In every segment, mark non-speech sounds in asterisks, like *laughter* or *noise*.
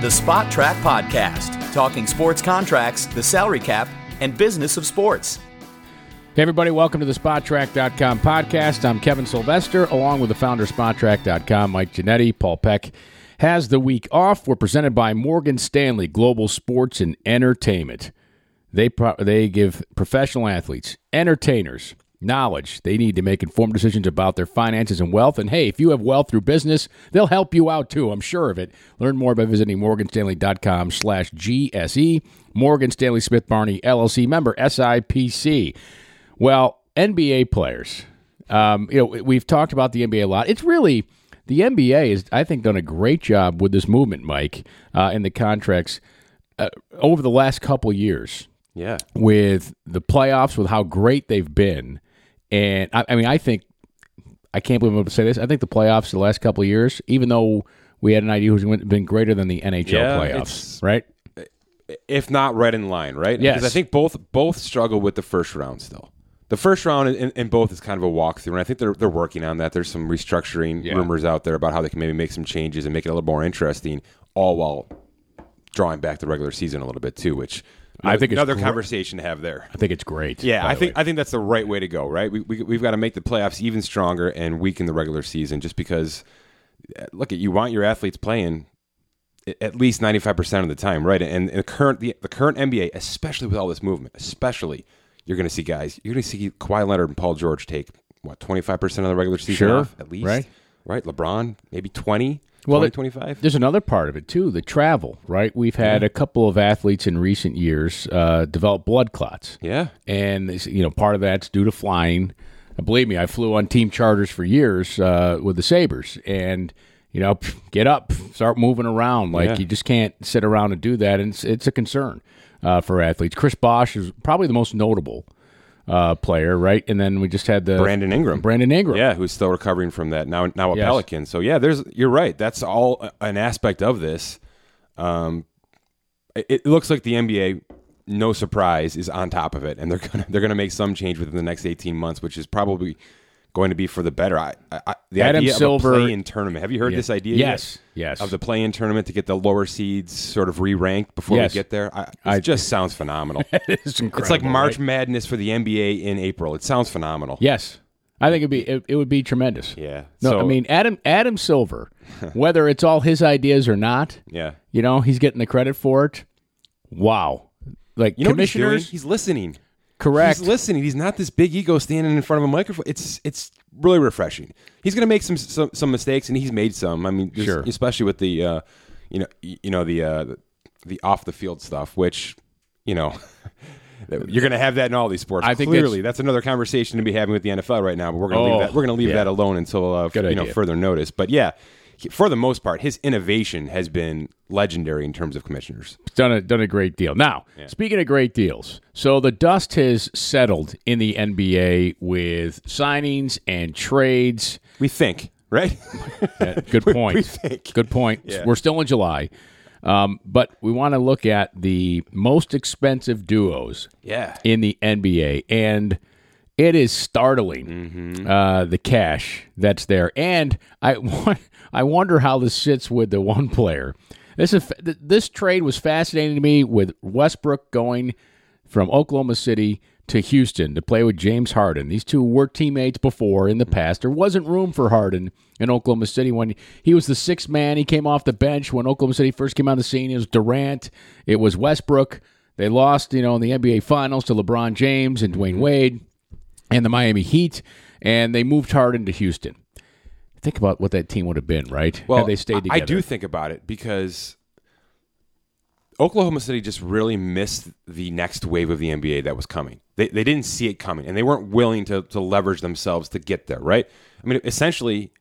The Spot Track Podcast, talking sports contracts, the salary cap, and business of sports. Hey everybody, welcome to the SpotTrack.com podcast. I'm Kevin Sylvester, along with the founder of SpotTrack.com, Mike Genetti. Paul Peck has the week off. We're presented by Morgan Stanley Global Sports and Entertainment. They pro- they give professional athletes, entertainers, knowledge they need to make informed decisions about their finances and wealth. And hey, if you have wealth through business, they'll help you out too. I'm sure of it. Learn more by visiting morganstanley.com/gse. E, Morgan Stanley Smith Barney LLC member SIPC. Well, NBA players. Um, you know, we've talked about the NBA a lot. It's really the NBA has, I think, done a great job with this movement, Mike, uh, in the contracts uh, over the last couple years Yeah. with the playoffs, with how great they've been, and I, I mean, I think I can't believe I'm able to say this. I think the playoffs the last couple of years, even though we had an idea who's been greater than the NHL Yeah, playoffs, it's- right? If not right in line, right? Yes. Because I think both both struggle with the first round still. The first round in, in both is kind of a walkthrough, and I think they're, they're working on that. There's some restructuring Yeah. rumors out there about how they can maybe make some changes and make it a little more interesting, all while drawing back the regular season a little bit too, which I think it's another great. conversation to have there. I think it's great. Yeah, by I the think way. I think that's the right way to go. Right, we, we we've got to make the playoffs even stronger and weaken the regular season, just because. uh, Look, at you want your athletes playing a- at least ninety five percent of the time, right? And, and the current the, the current NBA, especially with all this movement, especially you're going to see guys. You're going to see Kawhi Leonard and Paul George take what twenty five percent of the regular season Sure, off at least, right. Right, LeBron maybe 20, Well, 20, it- 25. There's another part of it too, the travel, right? We've had a couple of athletes in recent years uh, develop blood clots. yeah, and this- you know part of that's due to flying. And Believe me, I flew on team charters for years uh, with the Sabers, and you know, pff, get up, pff, start moving around. Like Yeah. you just can't sit around and do that, and it's, it's a concern uh, for athletes. Chris Bosch is probably the most notable uh, player, right? And then we just had the Brandon Ingram. Brandon Ingram, Yeah, who's still recovering from that now now a Yes. Pelican. So yeah, there's you're right. That's all a- an aspect of this. Um, it, it looks like the NBA, no surprise, is on top of it, and they're *laughs* gonna they're gonna make some change within the next 18 months, which is probably going to be for the better. I, I, I- the Adam idea Silver- of a play-in tournament. Have you heard this idea? yet? Yes, yes. Of the play-in tournament to get the lower seeds sort of re-ranked before Yes. we get there. I, it I- just *laughs* sounds phenomenal. *laughs* it's incredible. it's like right? March Madness for the NBA in April. It sounds phenomenal. Yes, I think it'd be it, it would be tremendous. Yeah. No, So- I mean Adam Adam *laughs* Silver, whether it's all his ideas or not, Yeah. you know he's getting the credit for it. Wow, like You know what he's commissioners, doing? He's listening. correct? He's listening. He's not this big ego standing in front of a microphone. It's it's really refreshing. He's going to make some, some some mistakes, and he's made some. I mean, just- Sure. especially with the uh, you know y- you know the uh, the off the field stuff, which you know. *laughs* You're going to have that in all these sports. I think clearly that's, another conversation to be having with the NFL right now. But we're going Oh, to leave that. We're going to leave yeah. that alone until uh, Good you know idea. further notice. But yeah, he- for the most part, his innovation has been legendary in terms of commissioners. done a done a great deal. Now, speaking of great deals, so the dust has settled in the NBA with signings and *laughs* trades. We think, right? Good point. we think. Good point. We're still in July. Um, but we want to look at the most expensive duos yeah. in the NBA, and it is startling uh, the cash that's there. And I *laughs* won- I wonder how this sits with the one player. This is th- this trade was fascinating to me with Westbrook going from Oklahoma City to Houston to play with James Harden. These two were teammates before in the past. There wasn't room for Harden in Oklahoma City when he was the sixth man. He came off the bench when Oklahoma City first came on the scene. It was Durant. It was Westbrook. They lost, you know, in the NBA Finals to LeBron James and Dwayne Wade and the Miami Heat, and they moved Harden to Houston. Think about what that team would have been, right? Had they stayed I- together. I do think about it because Oklahoma City just really missed the next wave of the NBA that was coming. They, they didn't see it coming, and they weren't willing to, to leverage themselves to get there, right? I mean, essentially,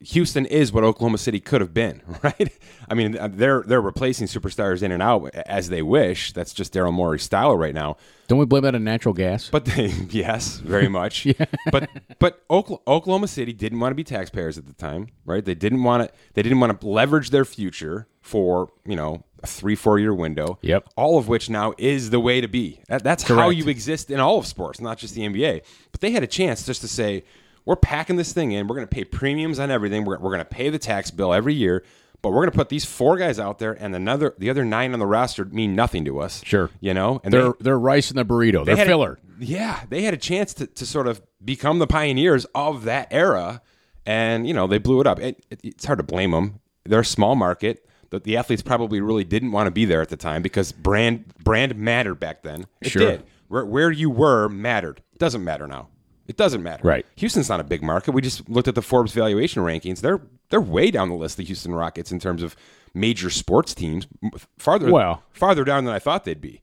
Houston is what Oklahoma City could have been, *laughs* right? I mean, they're they're replacing superstars in and out as they wish. That's just Daryl Morey's style right now. Don't we blame that on natural gas? But they, *laughs* yes, *laughs* very much. But but Okla- Oklahoma City didn't want to be taxpayers at the time, right? They didn't want to. They didn't want to leverage their future for you know a three four year window. Yep. All of which now is the way to be. That, that's how Correct. you exist in all of sports, not just the NBA. But they had a chance just to say, we're packing this thing in. We're going to pay premiums on everything. We're, we're going to pay the tax bill every year. But but we're going to put these four guys out there, and another the other nine on the roster mean nothing to us. Sure. you know, and They're they- they're rice in the burrito. They're had a- filler. yeah, they had a chance to, to sort of become the pioneers of that era, and you know they blew it up. It, it- it's hard to blame them. They're a small market. The, the athletes probably really didn't want to be there at the time because brand brand mattered back then. It Sure. did. Where, where you were mattered. It doesn't matter now. It doesn't matter. Right. Houston's not a big market. We just looked at the Forbes valuation rankings. They're they're way down the list. The Houston Rockets in terms of major sports teams, M- farther Well- farther down than I thought they'd be.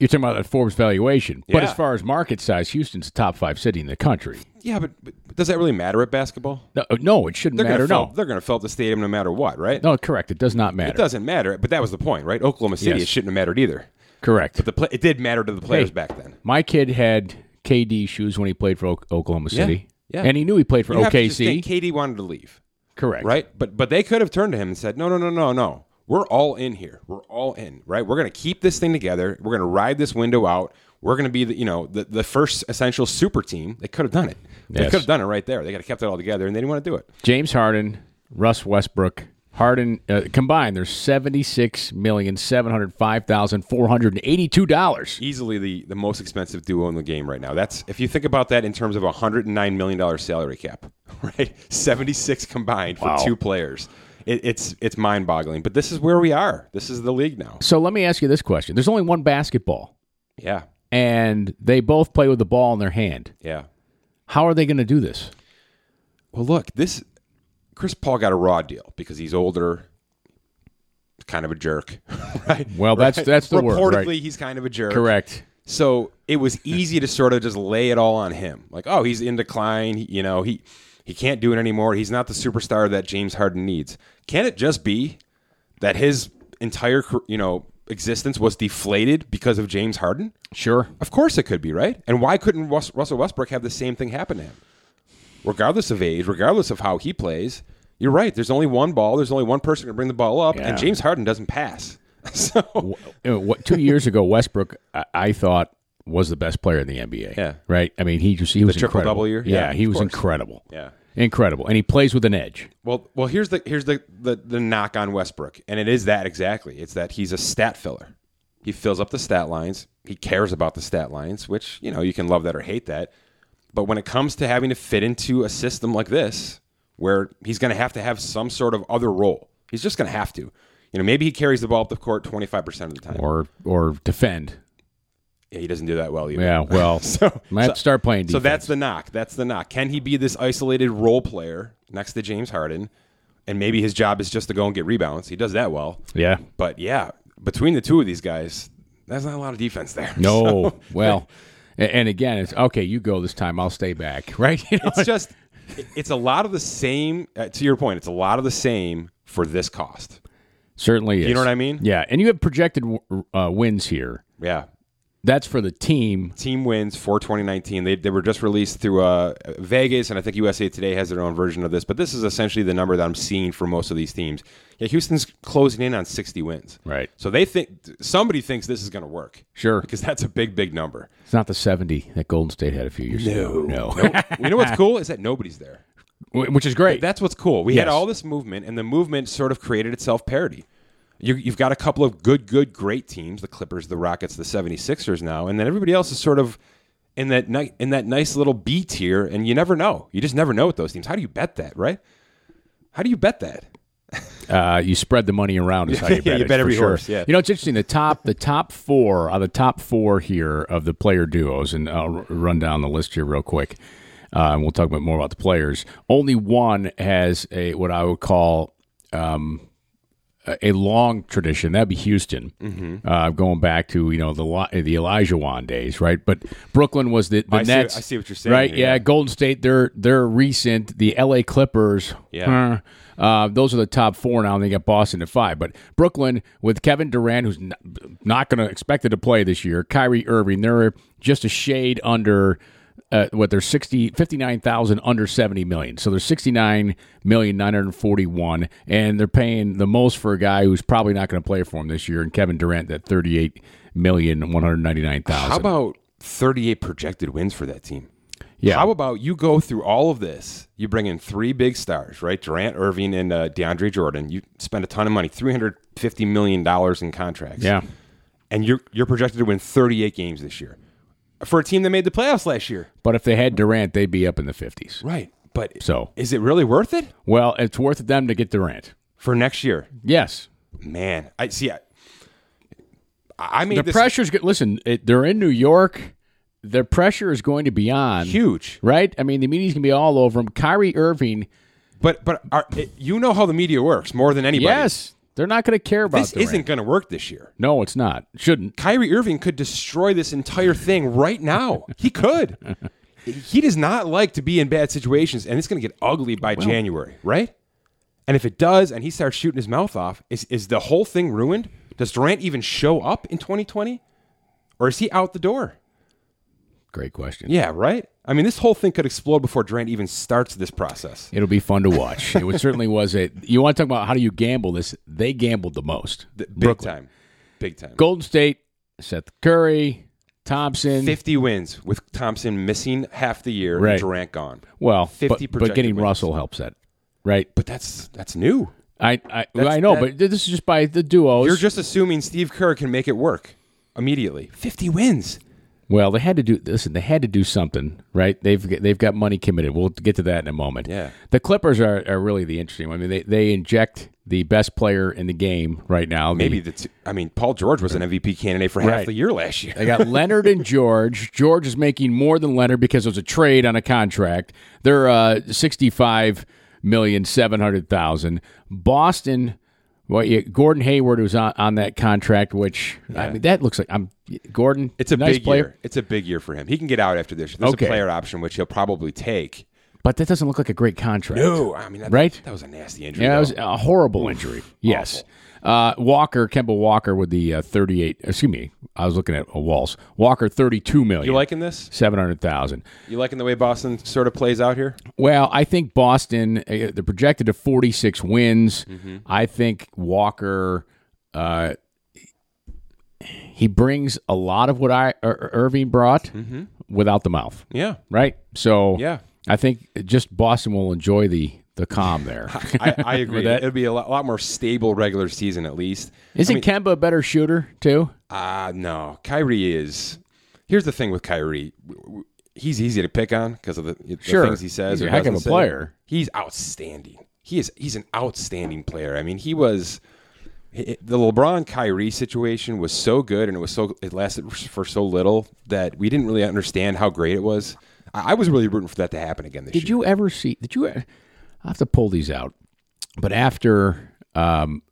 You're talking about that Forbes valuation, but Yeah. as far as market size, Houston's a top five city in the country. Yeah, but, but does that really matter at basketball? No, uh, no it shouldn't They're matter. gonna fill, No, they're going to fill up the stadium no matter what, right? no, correct. It does not matter. it doesn't matter. But that was the point, right? Oklahoma City, Yes. it shouldn't have mattered either. Correct. The pla it did matter to the players Hey. back then. My kid had KD shoes when he played for O- Oklahoma City. Yeah. And he knew he played for You have to just OKC. think Katie wanted to leave, Correct. right? But but they could have turned to him and said, no, no, no, no, no. We're all in here. We're all in, right? We're going to keep this thing together. We're going to ride this window out. We're going to be the you know the, the first essential super team. They could have done it. They Yes. could have done it right there. They could have kept it all together, and they didn't want to do it. James Harden, Russ Westbrook, Harden uh, combined, they're seventy six million seven hundred five thousand four hundred and eighty two dollars. easily the, the most expensive duo in the game right now. That's if you think about that in terms of a hundred and nine million dollar salary cap, *laughs* right? Seventy six combined for Wow. two players. It, it's it's mind boggling. But this is where we are. This is the league now. So let me ask you this question: There's only one basketball, Yeah, and they both play with the ball in their hand. yeah. How are they going to do this? Well, look, this Chris Paul got a raw deal because he's older, kind of a jerk, *laughs* right? Well, that's- Right? that's the word, reportedly right. he's kind of a jerk. Correct. So it was easy to sort of just lay it all on him. Like, oh, he's in decline. He- You know, he he can't do it anymore. He's not the superstar that James Harden needs. Can it just be that his entire car- you know existence was deflated because of James Harden? Sure. Of course, it could be right. And why couldn't Rus- Russell Westbrook have the same thing happen to him? Regardless of age, regardless of how he plays, you're right. There's only one ball. There's only one person to bring the ball up, Yeah. and James Harden doesn't pass. *laughs* So You know, what, Uh, two years ago, Westbrook, I, I thought was the best player in the NBA. Yeah. Right. I mean, he just he was triple-double incredible. year? Yeah, Yeah, he of was course. incredible. Yeah. Incredible, and he plays with an edge. Well, well, here's the here's the, the the knock on Westbrook, and it is that exactly. It's that he's a stat filler. He fills up the stat lines. He cares about the stat lines, which you know you can love that or hate that. But when it comes to having to fit into a system like this, where he's going to have to have some sort of other role, he's just going to have to. You know, maybe he carries the ball up the court twenty five percent of the time. or or defend. Yeah, he doesn't do that well either. Yeah, well, *laughs* So- let's start playing So defense. that's the knock. That's the knock. Can he be this isolated role player next to James Harden? And maybe his job is just to go and get rebounds. He does that well. yeah. *laughs* But yeah, between the two of these guys, there's not a lot of defense there. No, well, a- and again, it's okay. You go this time. I'll stay back. *laughs* Right? You know? *laughs* It's just, it- it's a lot of the same, uh, to your point, it's a lot of the same for this cost. certainly is. know what I mean? Yeah, and you have projected w- uh, wins here. Yeah. That's for the team. Team wins for 2019. They, they were just released through uh, Vegas, and I think USA Today has their own version of this, but this is essentially the number that I'm seeing for most of these teams. Yeah, Houston's closing in on 60 wins. Right. So they think somebody thinks this is going to work. Sure. Because that's a big, big number. It's not the seventy that Golden State had a few years ago. No, you know what's cool is that nobody's there. *laughs* Wh- which is great. That's what's cool. We had Yes. all this movement, and the movement sort of created itself parody. You, you've got a couple of good, good, great teams the Clippers, the Rockets, the 76ers now, and then everybody else is sort of in that, ni- in that nice little B tier, and you never know. You just never know with those teams. How do you bet that, right? How do you bet that? Uh, you spread the money around is how you *laughs* Yeah, bet. you it, bet for every sure. horse, yeah. You know, it's interesting. The top, the top four are the top four here of the player duos, and I'll r- run down the list here real quick. Uh, and we'll talk about more about the players. Only one has a what I would call um, a a long tradition. That'd be Houston, Mm-hmm. uh, going back to you know the Li- the Elijah Wan days, right? But Brooklyn was the, the I see- Nets. I see what you're saying right? here, yeah. yeah, Golden State, they're they're recent. The L.A. Clippers, Yeah. huh, uh, those are the top four now. And they got Boston at five, but Brooklyn with Kevin Durant, who's not, not going to expected to play this year. Kyrie Irving, they're just a shade under. Uh, what they're 60 59,000 under 70 million. So they're 69 million 941 and they're paying the most for a guy who's probably not going to play for him this year and Kevin Durant at 38 million How 199,000. about 38 projected wins for that team? Yeah. How about you go through all of this? You bring in three big stars, right? Durant, Irving, and uh, DeAndre Jordan. You spend a ton of money, three hundred fifty million dollars in contracts. Yeah. and you're you're projected to win thirty eight games this year for a team that made the playoffs last year. But if they had Durant, they'd be up in the 50s. Right, but So. is it really worth it Well, it's worth it them to get Durant. for next year? Yes. Man, I see. I, I made The this pressure's good. Listen, it, they're in New York. Their pressure is going to be on. huge, Right? I mean, the media's going to be all over him. Kyrie Irving, but but are, it, you know how the media works more than anybody. yes, they're not going to care about this Durant. isn't going to work this year. No, it's not. Shouldn't. Kyrie Irving could destroy this entire thing right now. He could. he does not like to be in bad situations, and it's going to get ugly by January, right? And if it does, and he starts shooting his mouth off, is, is the whole thing ruined? Does Durant even show up in 2020? Or is he out the door? Great question. Yeah, right? I mean, this whole thing could explode before Durant even starts this process. It'll be fun to watch. *laughs* it was- certainly was a. You want to talk about how do you gamble this? They gambled the most. Th- big time. Big time. Golden State, Seth Curry, Thompson. 50 wins with Thompson missing half the year Right. and Durant gone. well, 50 but, but getting projected wins. Russell helps that, right? But that's that's new. I I, That's- I know, but that- this is just by the duos. You're just assuming Steve Kerr can make it work immediately. 50 wins. well, they had to do. Listen, they had to do something, right? They've they've got money committed. We'll get to that in a moment. Yeah. the Clippers are, are really the interesting. one. I mean, they they inject the best player in the game right now. the- Maybe the two, I mean, Paul George was an MVP candidate for half Right. the year last year. They *laughs* got Leonard and George. George is making more than Leonard because it was a trade on a contract. They're uh, sixty-five million seven hundred thousand. Boston, well, yeah, Gordon Hayward was on, on that contract, which I mean, that looks like I'm Gordon. It's a nice big player, year. It's a big year for him. He can get out after this. There's Okay. a player option which he'll probably take. but that doesn't look like a great contract. No, I mean that, Right? that was a nasty injury. Yeah, it though. was a horrible injury. Yes. Uh, Walker, Kemba Walker with the uh, 38, excuse me, I was looking at a Walls. Walker, 32 million. you liking this? 700,000. You liking the way Boston sort of plays out here? Well, I think Boston, uh, they're projected to 46 wins. Mm-hmm. I think Walker, uh, he brings a lot of what I Ir- Irving brought without the mouth, Yeah. right? So Mm-hmm. *laughs* Yeah. I think just Boston will enjoy the the calm there. *laughs* I, I agree. that. It'll be a lot, lot more stable regular season at least. Isn't Kemba a better shooter too? Ah, no. Kyrie is. Here's the thing with Kyrie. W- w- He's easy to pick on because of the, the Sure. things he says. He's a or heck of doesn't a say. player. He's outstanding. He is. He's an outstanding player. I mean, he was. i- i- The LeBron Kyrie situation was so good, and it was so it lasted for so little that we didn't really understand how great it was. I, I was really rooting for that to happen again this Did year. you ever see? Did you? I have to pull these out. But after um,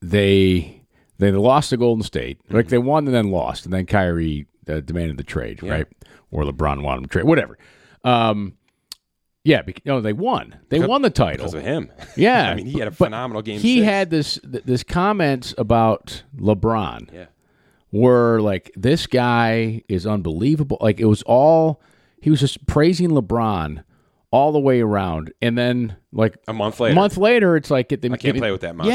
they they lost to Golden State, like they won and then lost, and then Kyrie uh, demanded the trade, right? Or LeBron wanted him to trade, whatever. Um, yeah, bec no, they won. They won the title. because of him. *laughs* Yeah, I mean, he had a but phenomenal game. He six. had this th- this comments about LeBron Yeah. were like this guy is unbelievable. Like it was all he was just praising LeBron all the way around, and then like a month later. a month later, it's like get the, I can't play with that monster.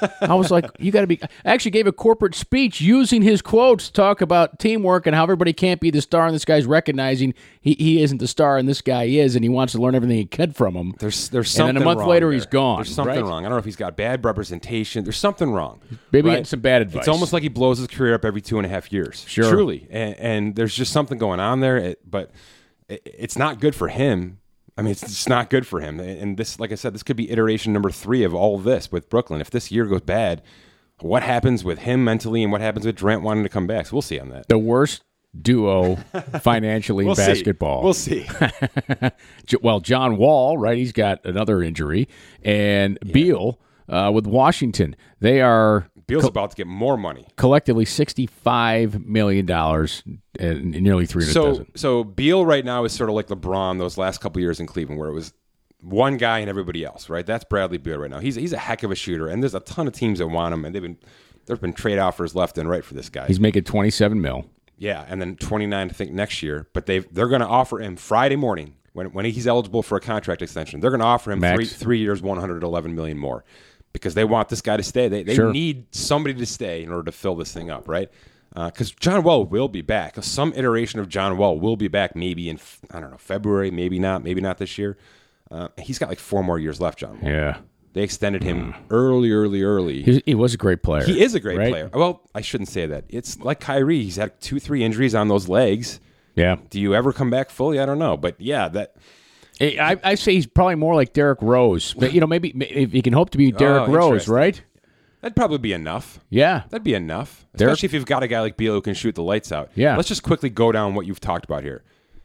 *laughs* Yes, I was like, you got to be. I actually gave a corporate speech using his quotes to talk about teamwork and how everybody can't be the star, and this guy's recognizing he, he isn't the star, and this guy is, and he wants to learn everything he could from him. There's there's And something. then a month wrong later, there. he's gone, There's something right? wrong. I don't know if he's got bad representation. There's something wrong. Maybe getting some bad advice. It's almost like he blows his career up every two and a half years. Sure. truly. And, and there's just something going on there. It, but it, it's not good for him. I mean, it's just not good for him. And this, like I said, this could be iteration number three of all this with Brooklyn. If this year goes bad, what happens with him mentally, and what happens with Durant wanting to come back? So we'll see on that. the worst *laughs* duo financially We'll in basketball. See. We'll see. *laughs* J- well, John Wall, right? He's got another injury, and Beal uh, with Washington. They are Beal's about to get more money. collectively sixty-five million dollars and and nearly three hundred so thousand. so Beal right now is sort of like LeBron those last couple years in Cleveland, where it was one guy and everybody else, right? That's Bradley Beal right now. He's he's a heck of a shooter, and there's a ton of teams that want him, and they've been there've been trade offers left and right for this guy. He's making twenty-seven mil. yeah, and then 29, I think next year, but they they're going to offer him Friday morning when when he's eligible for a contract extension. They're going to offer him Max. three three years, 111 million more. Because they want this guy to stay. They, they Sure. need somebody to stay in order to fill this thing up, right? Because John Wall will be back. Some iteration of John Wall will be back maybe in, I don't know, February, maybe not, maybe not this year. Uh, he's got like four more years left, John Wall. Yeah. Hmm. They extended him early, early, early. He, he was a great player. He is a great right? player. Well, I shouldn't say that. It's like Kyrie. He's had two, three injuries on those legs. Yeah. Do you ever come back fully? I don't know. But yeah, that I, I- I say he's probably more like Derrick Rose. But, you know, maybe may- if he can hope to be Derrick Rose, Oh, interesting. right? that'd probably be enough. Yeah. That'd be enough. Derek- Especially if you've got a guy like Beal who can shoot the lights out. Yeah. Let's just quickly go down what you've talked about here.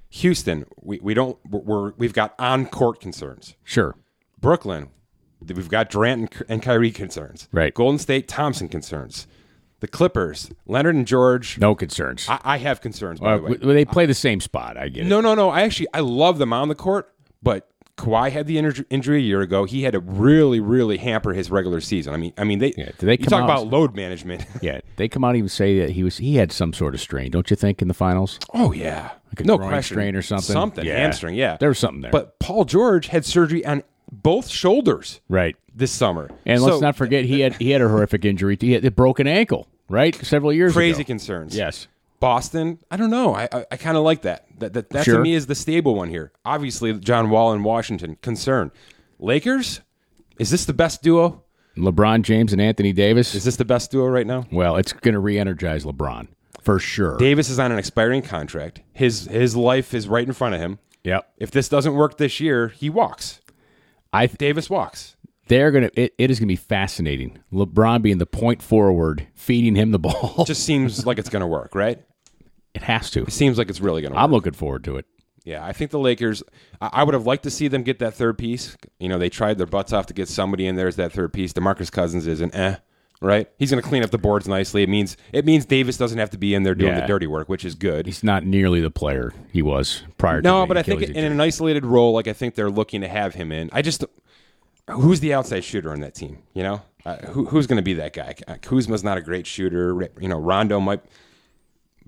Houston, we, we don't we're, we're we've got on court concerns. Sure. Brooklyn, th- we've got Durant and, K- and Kyrie concerns. Right. Golden State, Thompson concerns. The Clippers, Leonard and George. No concerns. I, I have concerns by Uh, the way. w- they play the same spot. I get it. No, no, no. I actually I love them on the court, but Kawhi had the inj- injury a year ago. He had to really, really hamper his regular season. I mean, I mean they. Yeah, do they you come talk out- about load management? *laughs* Yeah, they come out and even say that he was he had some sort of strain, don't you think, in the finals? oh yeah, a no groin question. strain or something? Something Yeah. hamstring. Yeah, There was something there. But Paul George had surgery on both shoulders Right. this summer, And So, let's not forget he had he had a horrific injury. He had a broken ankle, right? Several years ago. crazy concerns. Yes. Boston, I don't know. I I, I kind of like that. That that, that Sure. to me is the stable one here. Obviously, John Wall and Washington concern. Lakers, is this the best duo? LeBron James and Anthony Davis. Is this the best duo right now? well, it's going to re-energize LeBron for sure. Davis is on an expiring contract. His his life is right in front of him. Yep. If this doesn't work this year, he walks. I th- Davis walks. they're going to it, it is going to be fascinating. LeBron being the point forward, feeding him the *laughs* ball. Just seems like it's going to work, right? it has to. Seems like it's really going to work. I'm looking forward to it. Yeah, I think the Lakers. I, I would have liked to see them get that third piece. You know, they tried their butts off to get somebody in there as that third piece. Demarcus Cousins is an eh, right? He's going to clean up the boards nicely. It means it means Davis doesn't have to be in there doing Yeah. the dirty work, which is good. He's not nearly the player he was prior to No, the but I think Achilles in an isolated role, like I think they're looking to have him in. I just who's the outside shooter on that team? You know, uh, who, who's going to be that guy? Uh, Kuzma's not a great shooter. Ri- You know, Rondo might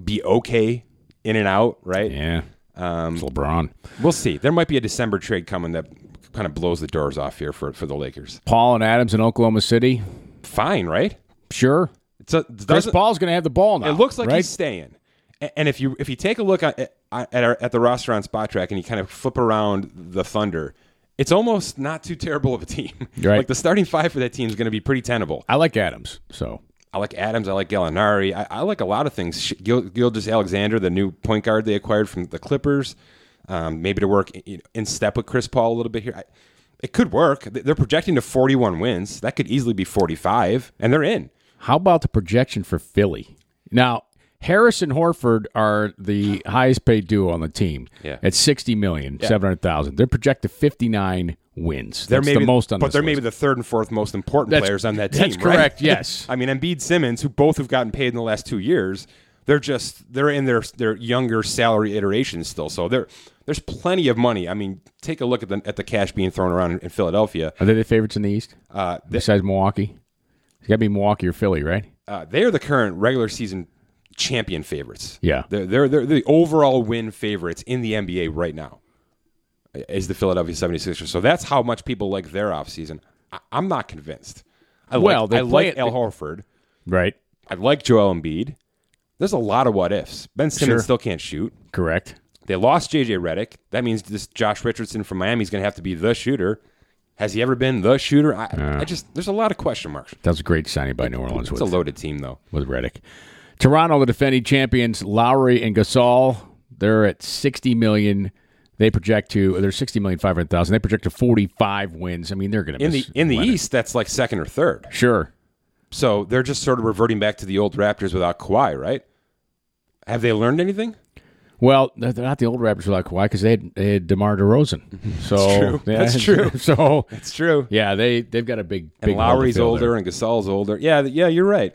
be okay in and out, right? Yeah. Um, LeBron. We'll see. There might be a December trade coming that kind of blows the doors off here for for the Lakers. Paul and Adams in Oklahoma City. Fine, right? Sure. It's a, Chris doesn't- Paul's going to have the ball now. It looks like right? he's staying. A- And if you if you take a look at at, our, at the roster on Spot Track and you kind of flip around the Thunder, it's almost not too terrible of a team. *laughs* Right. Like the starting five for that team is going to be pretty tenable. I like Adams. So I like Adams. I like Gallinari. I, I like a lot of things. Sh- Gil, Gildas Alexander, the new point guard they acquired from the Clippers, um, maybe to work in, in step with Chris Paul a little bit here. I, it could work. They- They're projecting to 41 wins. That could easily be 45, and they're in. How about the projection for Philly? Now, Harris and Horford are the highest paid duo on the team Yeah. at sixty million seven hundred thousand. They're projected fifty nine wins. They're That's maybe the most on but this they're list. maybe the third and fourth most important That's- players on that team. that's right? correct, yes. *laughs* I mean, Embiid, Simmons, who both have gotten paid in the last two years, they're just they're in their their younger salary iterations still. So there there's plenty of money. I mean, take a look at the at the cash being thrown around in, in Philadelphia. are they the favorites in the East Uh, they, besides Milwaukee? It's got to be Milwaukee or Philly, right? uh, they are the current regular season champion favorites. Yeah. they're, they're they're the overall win favorites in the NBA right now. Is the Philadelphia 76ers. So that's how much people like their offseason. I, I'm not convinced. I Well, like, they I play like it- Al Horford. Right. I like Joel Embiid. There's a lot of what ifs. Ben Simmons Sure. still can't shoot. Correct. They lost JJ Redick. That means this Josh Richardson from Miami is going to have to be the shooter. Has he ever been the shooter? I, I just there's a lot of question marks. That was a great signing by New Orleans It's with a loaded team though. with Reddick. Toronto, the defending champions, Lowry and Gasol, they're at sixty million. They project to they're sixty million five hundred thousand. They project to forty five wins. I mean, they're going to In the miss in the Leonard. East, that's like second or third. Sure, So they're just sort of reverting back to the old Raptors without Kawhi, right? Have they learned anything? Well, they're they're not the old Raptors like Kawhi because they had, they had DeMar DeRozan. So true. *laughs* yeah, *laughs* That's true. So It's true. yeah, they they've got a big And big hole to Lowry's fill older there. and Gasol's older. Yeah, th- yeah, you're right.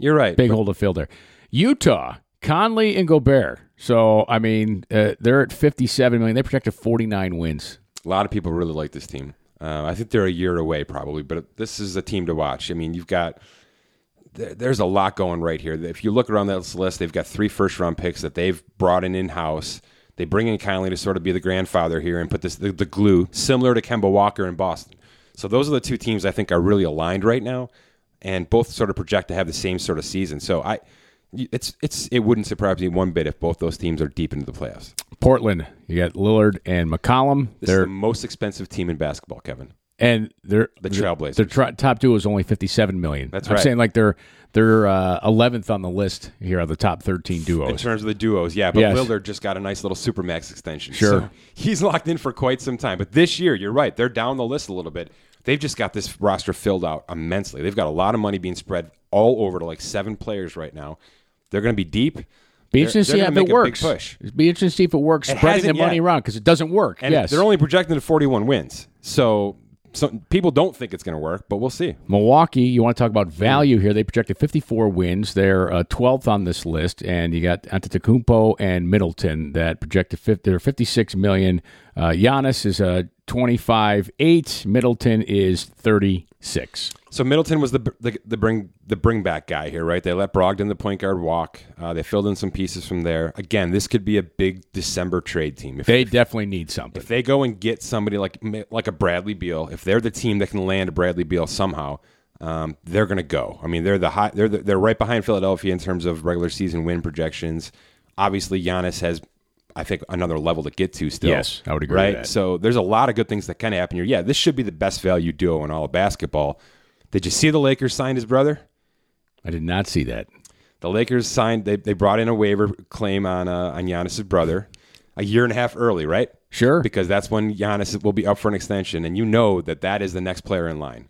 You're right. big hole to fill there. Utah, Conley and Gobert. So I mean, uh, they're at fifty seven million. They projected forty nine wins. A lot of people really like this team. Uh, I think they're a year away probably, but this is a team to watch. I mean, you've got there, there's a lot going right here. If you look around that list, they've got three first round picks that they've brought in in house. They bring in Conley to sort of be the grandfather here and put this the, the glue similar to Kemba Walker in Boston. So those are the two teams I think are really aligned right now, and both sort of project to have the same sort of season. So I it's it's it wouldn't surprise me one bit if both those teams are deep into the playoffs. Portland, you got Lillard and McCollum. This is they're the most expensive team in basketball, Kevin. and they're The Trailblazers. Their tro- top two is only fifty-seven million. That's I'm right. saying like they're they're uh, 11th on the list here of the top thirteen In duos. terms of the duos, yeah, but Yes. Lillard just got a nice little supermax extension. Sure. So he's locked in for quite some time. But this year, you're right, they're down the list a little bit. They've just got this roster filled out immensely. They've got a lot of money being spread all over to like seven players right now. They're going to be deep. Be They're- interesting to see they're if gonna it make a works. big push. Be interesting to see if it works. It spreading the hasn't money yet. around because it doesn't work. And yes, they're only projecting to 41 wins. So, so people don't think it's going to work, but we'll see. Milwaukee, you want to talk about value here? They projected 54 wins. They're uh, 12th on this list, and you got Antetokounmpo and Middleton that projected 50, they're 56 million. Uh, Giannis is uh, 25 8. Middleton is 36. So Middleton was the the, the bring the bring back guy here, right? They let Brogdon, the point guard, walk. Uh, they filled in some pieces from there. Again, this could be a big December trade team. If They definitely need something. if they go and get somebody like like a Bradley Beal, if they're the team that can land a Bradley Beal somehow, um, they're going to go. I mean, they're the high, they're the, they're right behind Philadelphia in terms of regular season win projections. Obviously, Giannis has, I think, another level to get to still. Yes, I would agree with Right, that. so there's a lot of good things that kind of happen here. Yeah, this should be the best value duo in all of basketball. Did you see the Lakers signed his brother? I did not see that. The Lakers signed. They, they brought in a waiver claim on uh, on Giannis's brother a year and a half early, right? Sure. Because that's when Giannis will be up for an extension, and you know that that is the next player in line.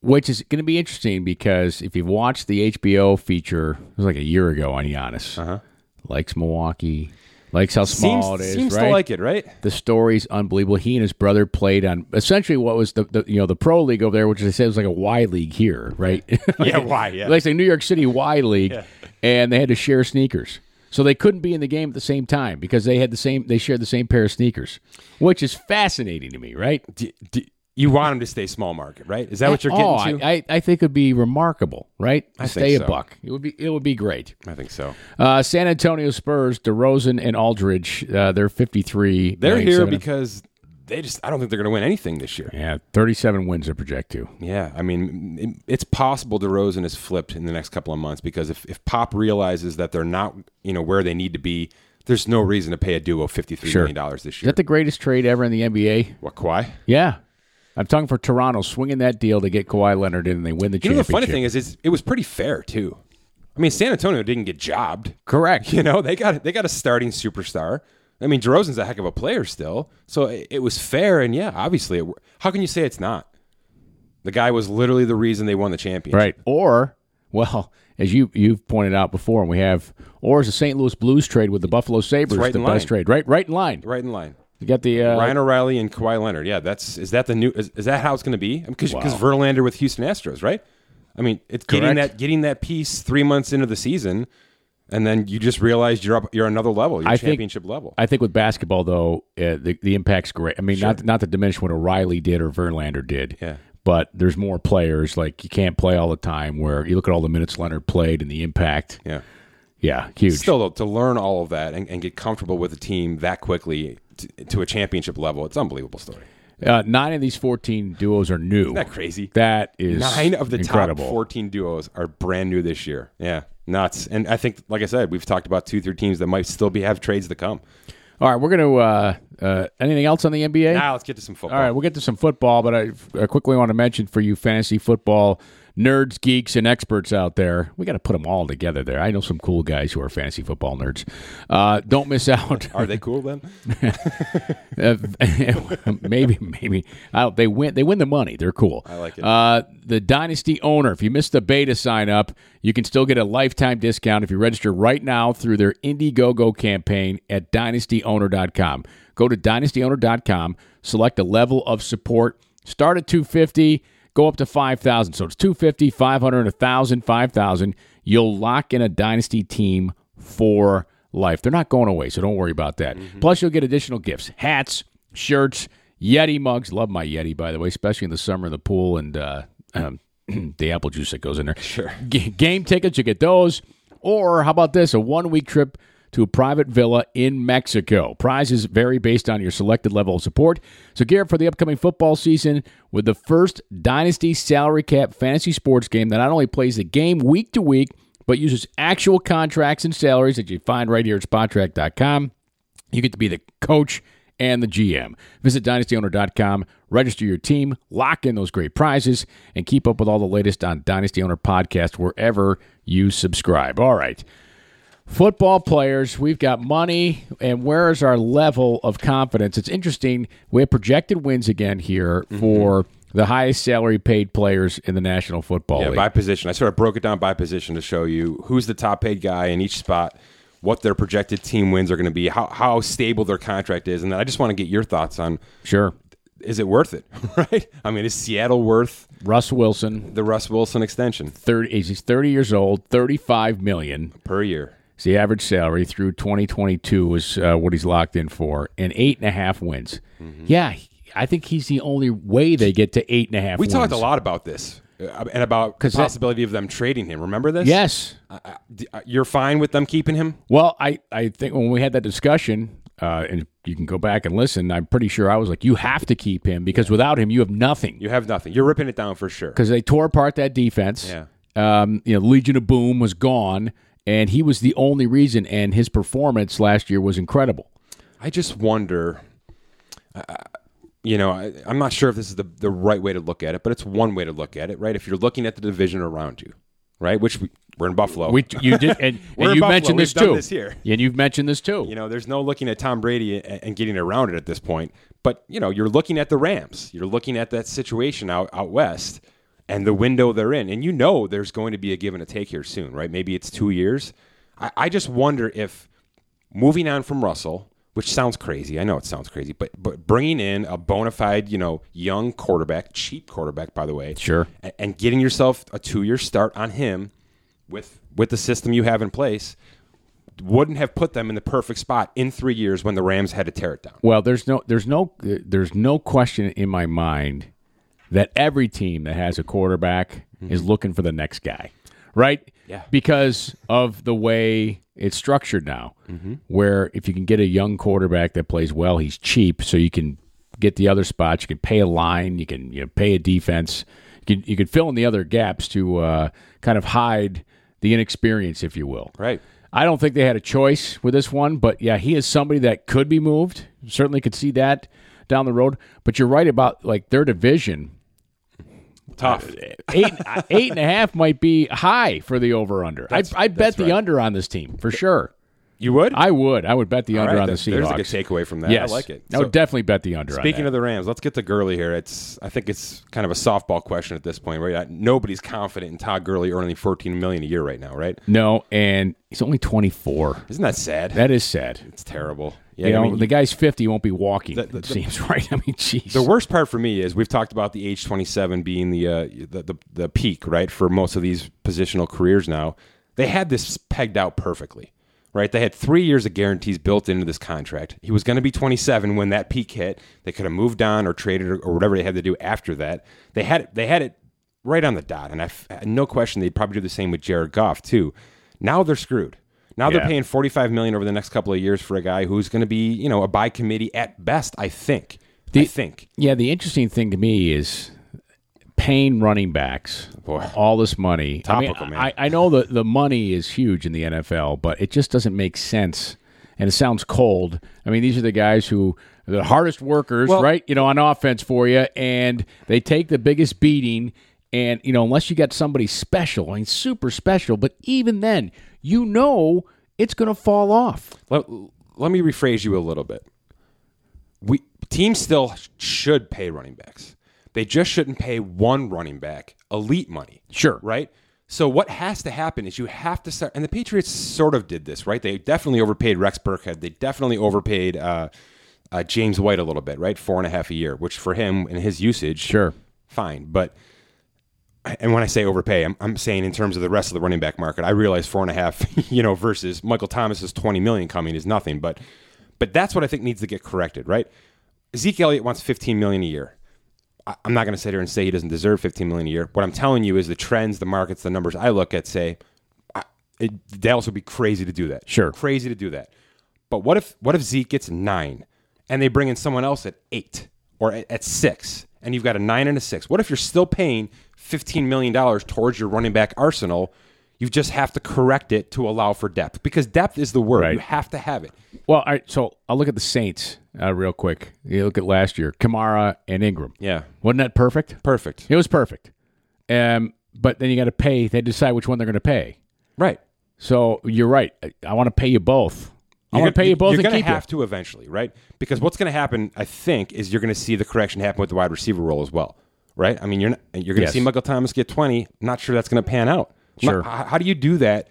Which is going to be interesting because if you've watched the HBO feature, it was like a year ago on Giannis, uh-huh. likes Milwaukee, likes how small seems it is, seems right? to like it, right? The story's unbelievable. He and his brother played on essentially what was the, the you know the pro league over there, which they said was like a Y league here, right? *laughs* Yeah, why? Yeah. like the New York City Y league, and they had to share sneakers, so they couldn't be in the game at the same time because they had the same they shared the same pair of sneakers, which is fascinating to me, right? D- d- you want him to stay small market, right? Is that what you're getting oh, to? I, I I think it'd be remarkable, right? I Stay think a so. buck. It would be it would be great. I think so. Uh, San Antonio Spurs, DeRozan and Aldridge, uh, they're fifty three. They're here because they just. I don't think they're going to win anything this year. yeah, thirty seven wins they project to. Yeah, I mean, it- it's possible DeRozan is flipped in the next couple of months because if, if Pop realizes that they're not, you know, where they need to be, there's no reason to pay a duo fifty three million dollars this Is year. that the greatest trade ever in the NBA? what Kawhi? Yeah. I'm talking for Toronto swinging that deal to get Kawhi Leonard in and they win the You know, the championship. funny thing is, it's, it was pretty fair too. I mean, San Antonio didn't get jobbed. Correct. You know, they got they got a starting superstar. I mean, DeRozan's a heck of a player still, so it, it was fair. And yeah, obviously, it, wor- how can you say it's not? The guy was literally the reason they won the championship. Right. Or, well, as you, you've pointed out before, and we have, or is the St. Louis Blues trade with the Buffalo Sabres right the in best line. trade? Right right in line. right in line. You got the. Uh, Ryan O'Reilly and Kawhi Leonard. Yeah, that's is that the new is, is that how it's going to be? Because because Verlander with Houston Astros, right? I mean, it's getting Correct. that getting that piece three months into the season, and then you just realize you're up you're another level, you're I think- championship level. I think with basketball, though, uh, the, the impact's great. I mean, not, not to diminish what O'Reilly did or Verlander did. Yeah. But there's more players. Like, you can't play all the time where you look at all the minutes Leonard played and the impact. yeah. Yeah, huge. Still, though, to learn all of that and, and get comfortable with a team that quickly to, to a championship level, it's an unbelievable story. Uh, nine of these 14 duos are new. Isn't that crazy? That is Nine of the incredible. top 14 duos are brand new this year. Yeah, nuts. And I think, like I said, we've talked about two, three teams that might still be have trades to come. All right, we're going to. Uh, uh, anything else on the NBA? Now Ah, let's get to some football. All right, we'll get to some football, but I, I quickly want to mention for you fantasy football nerds, geeks, and experts out there, we got to put them all together there. I know some cool guys who are fantasy football nerds. Uh, don't miss *laughs* out. Are they cool then? Uh, *laughs* maybe, maybe uh, they win. They win the money. They're cool. I like it. Uh, the Dynasty owner. If you missed the beta sign up, you can still get a lifetime discount if you register right now through their Indiegogo campaign at DynastyOwner.com. Go to DynastyOwner.com. Select a level of support. Start at 250. Go up to 5,000. So it's 250, 500, 1,000, 5,000. You'll lock in a Dynasty team for life. They're not going away, so don't worry about that. Plus, you'll get additional gifts hats, shirts, Yeti mugs. Love my Yeti, by the way, especially in the summer in the pool and uh, um, *clears throat* the apple juice that goes in there. Sure. game tickets, you get those. Or how about this? A one week trip to a private villa in Mexico. Prizes vary based on your selected level of support. So gear up for the upcoming football season with the first Dynasty Salary Cap Fantasy Sports game that not only plays the game week to week, but uses actual contracts and salaries that you find right here at spottrack.com. You get to be the coach and the GM. Visit dynastyowner.com, register your team, lock in those great prizes, and keep up with all the latest on Dynasty Owner podcast wherever you subscribe. All right. Football players, we've got money, and where is our level of confidence? It's interesting. We have projected wins again here Mm-hmm. for the highest salary paid players in the National Football Yeah, League. by position. I sort of broke it down by position to show you who's the top paid guy in each spot, what their projected team wins are going to be, how, how stable their contract is. And then I just want to get your thoughts on sure. is it worth it, *laughs* right? I mean, is Seattle worth Russ Wilson, the Russ Wilson extension 30, he's 30 years old, 35 million. per year? It's the average salary through 2022 is uh, what he's locked in for, and eight and a half wins. Mm-hmm. Yeah, I think he's the only way they get to eight and a half. We wins. talked a lot about this uh, and about the 'Cause that- possibility of them trading him. Remember this? Yes. I- I- d- I- you're fine with them keeping him? Well, I I think when we had that discussion, uh, and you can go back and listen. I'm pretty sure I was like, you have to keep him because without him, you have nothing. You have nothing. You're ripping it down for sure. because they tore apart that defense. Yeah. Um, you know, Legion of Boom was gone, and he was the only reason. And his performance last year was incredible. I just wonder. I- you know, I, I'm not sure if this is the, the right way to look at it, but it's one way to look at it, right? If you're looking at the division around you, right? Which we, we're in Buffalo. We you did, and, *laughs* and We're in you Buffalo. mentioned this We've done too. this here. And you've mentioned this too. you know, there's no looking at Tom Brady and, and getting around it at this point. But you know, you're looking at the Rams. You're looking at that situation out out west and the window they're in, and you know there's going to be a give and a take here soon, right? Maybe it's two years. I, I just wonder if moving on from Russell, which sounds crazy. I know it sounds crazy, but but bringing in a bona fide, you know, young quarterback, cheap quarterback, by the way, Sure. a- and, getting yourself a two year start on him with with the system you have in place wouldn't have put them in the perfect spot in three years when the Rams had to tear it down. Well, there's no there's no there's no question in my mind that every team that has a quarterback is looking for the next guy, right? Mm-hmm. Yeah. Because of the way it's structured now, Mm-hmm. where if you can get a young quarterback that plays well, he's cheap, so you can get the other spots. You can pay a line, you can you know, pay a defense, you can, you can fill in the other gaps to uh, kind of hide the inexperience, if you will. Right. I don't think they had a choice with this one, but yeah, he is somebody that could be moved. Certainly could see that down the road. But you're right about like their division. Tough. *laughs* Eight eight and a half might be high for the over under. I I bet the under on this team for sure. You would? I would. I would bet the under All right, on the that- There's a good Seahawks. takeaway from that. yes, I like it. I So, would definitely bet the under. speaking on of the Rams, let's get to Gurley here. It's I think it's kind of a softball question at this point, right? I- Nobody's confident in Todd Gurley earning 14 million a year right now, right? of no, and he's only 24. Isn't that sad? That is sad. it's terrible. Yeah, you know, I mean, the guy's 50 won't be walking. the- it seems *laughs* right. I mean, jeez. The worst part for me is we've talked about the age 27 being the, uh, the the the peak, right, for most of these positional careers now. They had this pegged out perfectly, right? They had three years of guarantees built into this contract. He was going to be 27 when that peak hit. They could have moved on or traded or, or whatever they had to do after that. They had it, they had it right on the dot, and I f- uh, no question they'd probably do the same with Jared Goff too. Now they're screwed. Now they're Yeah. paying 45 million over the next couple of years for a guy who's going to be, you know, a by committee at best, I think. I think. Yeah, the interesting thing to me is paying running backs Boy. all this money. I, Topical, mean, man. I, I know the, the money is huge in the NFL, but it just doesn't make sense. And it sounds cold. I mean, these are the guys who are the hardest workers, right? You know, on offense for you, and they take the biggest beating. And, you know, unless you got somebody special, I mean, super special, but even then, you know it's going to fall off. let, let me rephrase you a little bit. We teams still sh- should pay running backs. They just shouldn't pay one running back elite money. Sure. Right? So what has to happen is you have to start and the Patriots sort of did this, right? They definitely overpaid Rex Burkhead. They definitely overpaid uh, uh, James White a little bit, right? Four and a half a year, which for him and his usage Sure. fine. But and when I say overpay, I'm, I'm saying in terms of the rest of the running back market. I realize four and a half, *laughs* you know, versus Michael Thomas's 20 million coming is nothing. But but that's what I think needs to get corrected, right? Zeke Elliott wants 15 million a year. I, I'm not going to sit here and say he doesn't deserve 15 million a year. What I'm telling you is the trends, the markets, the numbers I look at say I, it, Dallas would be crazy to do that. Sure. crazy to do that. But what if what if Zeke gets nine, and they bring in someone else at eight or at, at six, and you've got a nine and a six? What if you're still paying fifteen million dollars towards your running back arsenal? You just have to correct it to allow for depth because depth is the word. Right. You have to have it. Well, all right. So I'll look at the Saints uh, real quick. You look at last year, Kamara and Ingram. Yeah. Wasn't that perfect? Perfect. It was perfect. Um, but then you got to pay. They decide which one they're going to pay. Right. So you're right. I, I want to pay you both. I You're want to gonna- pay you both You're and gonna keep have to eventually, right? Because what's going to happen, I think, is you're going to see the correction happen with the wide receiver role as well, right? I mean, you're not, you're going to Yes. see Michael Thomas get 20. Not sure that's going to pan out. I'm not- Sure. how, how do you do that?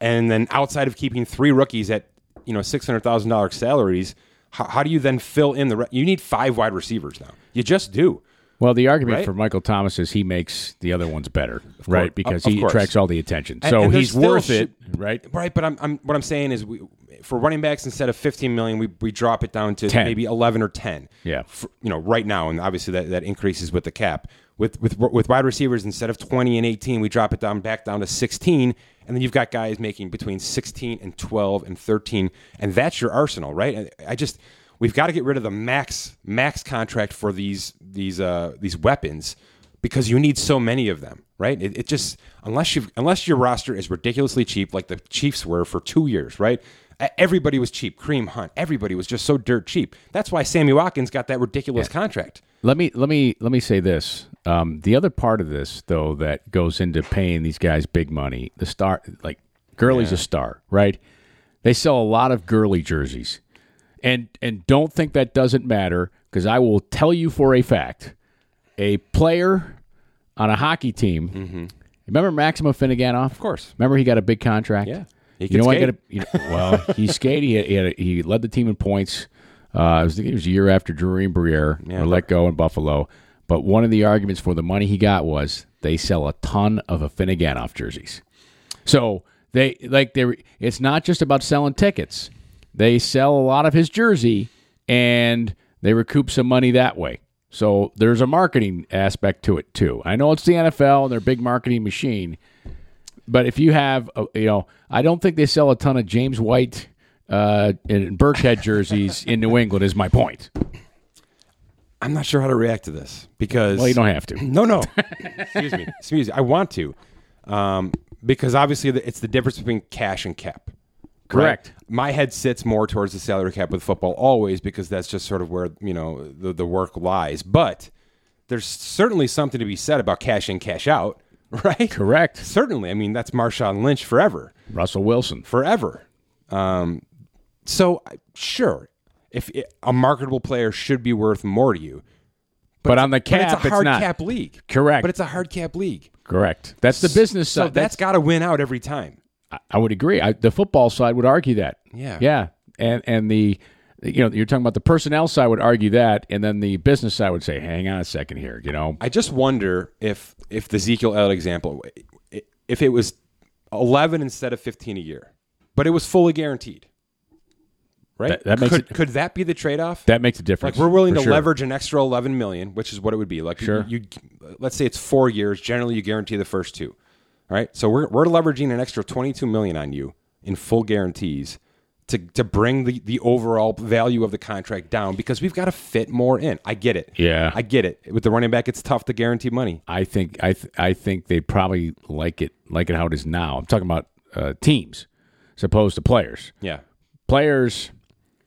And then outside of keeping three rookies at you know six hundred thousand dollars salaries, how, how do you then fill in the? Re- you need five wide receivers now. You just do. you. Well, the argument Right? for Michael Thomas is he makes the other ones better, right? Because Of he course. attracts all the attention. And- So and there he's still worth should- it, right? Right, but I'm, I'm what I'm saying is we, for running backs instead of 15 million, we, we drop it down to 10. maybe 11 or 10. Yeah. F- you know, right now, and obviously that, that increases with the cap. With with with wide receivers instead of 20 and 18, we drop it down back down to 16, and then you've got guys making between 16 and 12 and 13, and that's your arsenal, right? And I just we've got to get rid of the max max contract for these these uh these weapons because you need so many of them, right? It, it just unless you unless your roster is ridiculously cheap, like the Chiefs were for two years, right? E- Everybody was cheap. Cream Hunt, everybody was just so dirt cheap. That's why Sammy Watkins got that ridiculous contract. Let me let me let me say this. Um, the other part of this, though, that goes into paying these guys big money, the star, like Gurley's a star, right? They sell a lot of Gurley jerseys, and and don't think that doesn't matter because I will tell you for a fact, a player on a hockey team. Remember Maximo Finneganoff? Of course. Remember he got a big contract. Yeah. He You can know what? I skate. got a- you know, well, *laughs* he skated. He, had, he, had a, he led the team in points. Uh, I was thinking it was a year after Drew Briere were let go in Buffalo. But one of the arguments for the money he got was they sell a ton of a Finneganoff jerseys. So they like they. It's not just about selling tickets. They sell a lot of his jersey, and they recoup some money that way. So there's a marketing aspect to it too. I know it's the NFL and they're a big marketing machine, but if you have, uh, you know, I don't think they sell a ton of James White uh, and Burkhead jerseys in New England. Is my point. I'm not sure how to react to this because Well, you don't have to. No, no. Excuse me. Excuse me. I want to, um, because obviously the, it's the difference between cash and cap. Correct. right? My head sits more towards the salary cap with football always because that's just sort of where you know the the work lies. But there's certainly something to be said about cash in, cash out, *laughs* right? Correct. Certainly. I mean, that's Marshawn Lynch forever Russell Wilson. forever. Um, so I- sure, if it, a marketable player should be worth more to you, But, on the cap, but it's a hard not. cap league, Correct. But it's a hard cap league, Correct. That's the business So side. that's got to win out every time. I- I would agree. I, the football side would argue that. Yeah. Yeah. And and the you know you're talking about the personnel side would argue that, and then the business side would say, "Hang on a second here," you know. I just wonder if if the Ezekiel Elliott example, if it was eleven instead of fifteen a year, but it was fully guaranteed, right? That- that makes could, it- could that be the trade off? That makes a difference. Like we're willing for to sure. leverage an extra 11 million, which is what it would be. Like you- Sure. you, let's say it's 4 years, generally you guarantee the first two. All right? So we're we're leveraging an extra 22 million on you in full guarantees to to bring the the overall value of the contract down because we've got to fit more in. I get it. Yeah. I get it. With the running back it's tough to guarantee money. I think I th- I think they probably like it like it how it is now. I'm talking about uh, teams as opposed to players. Yeah. Players,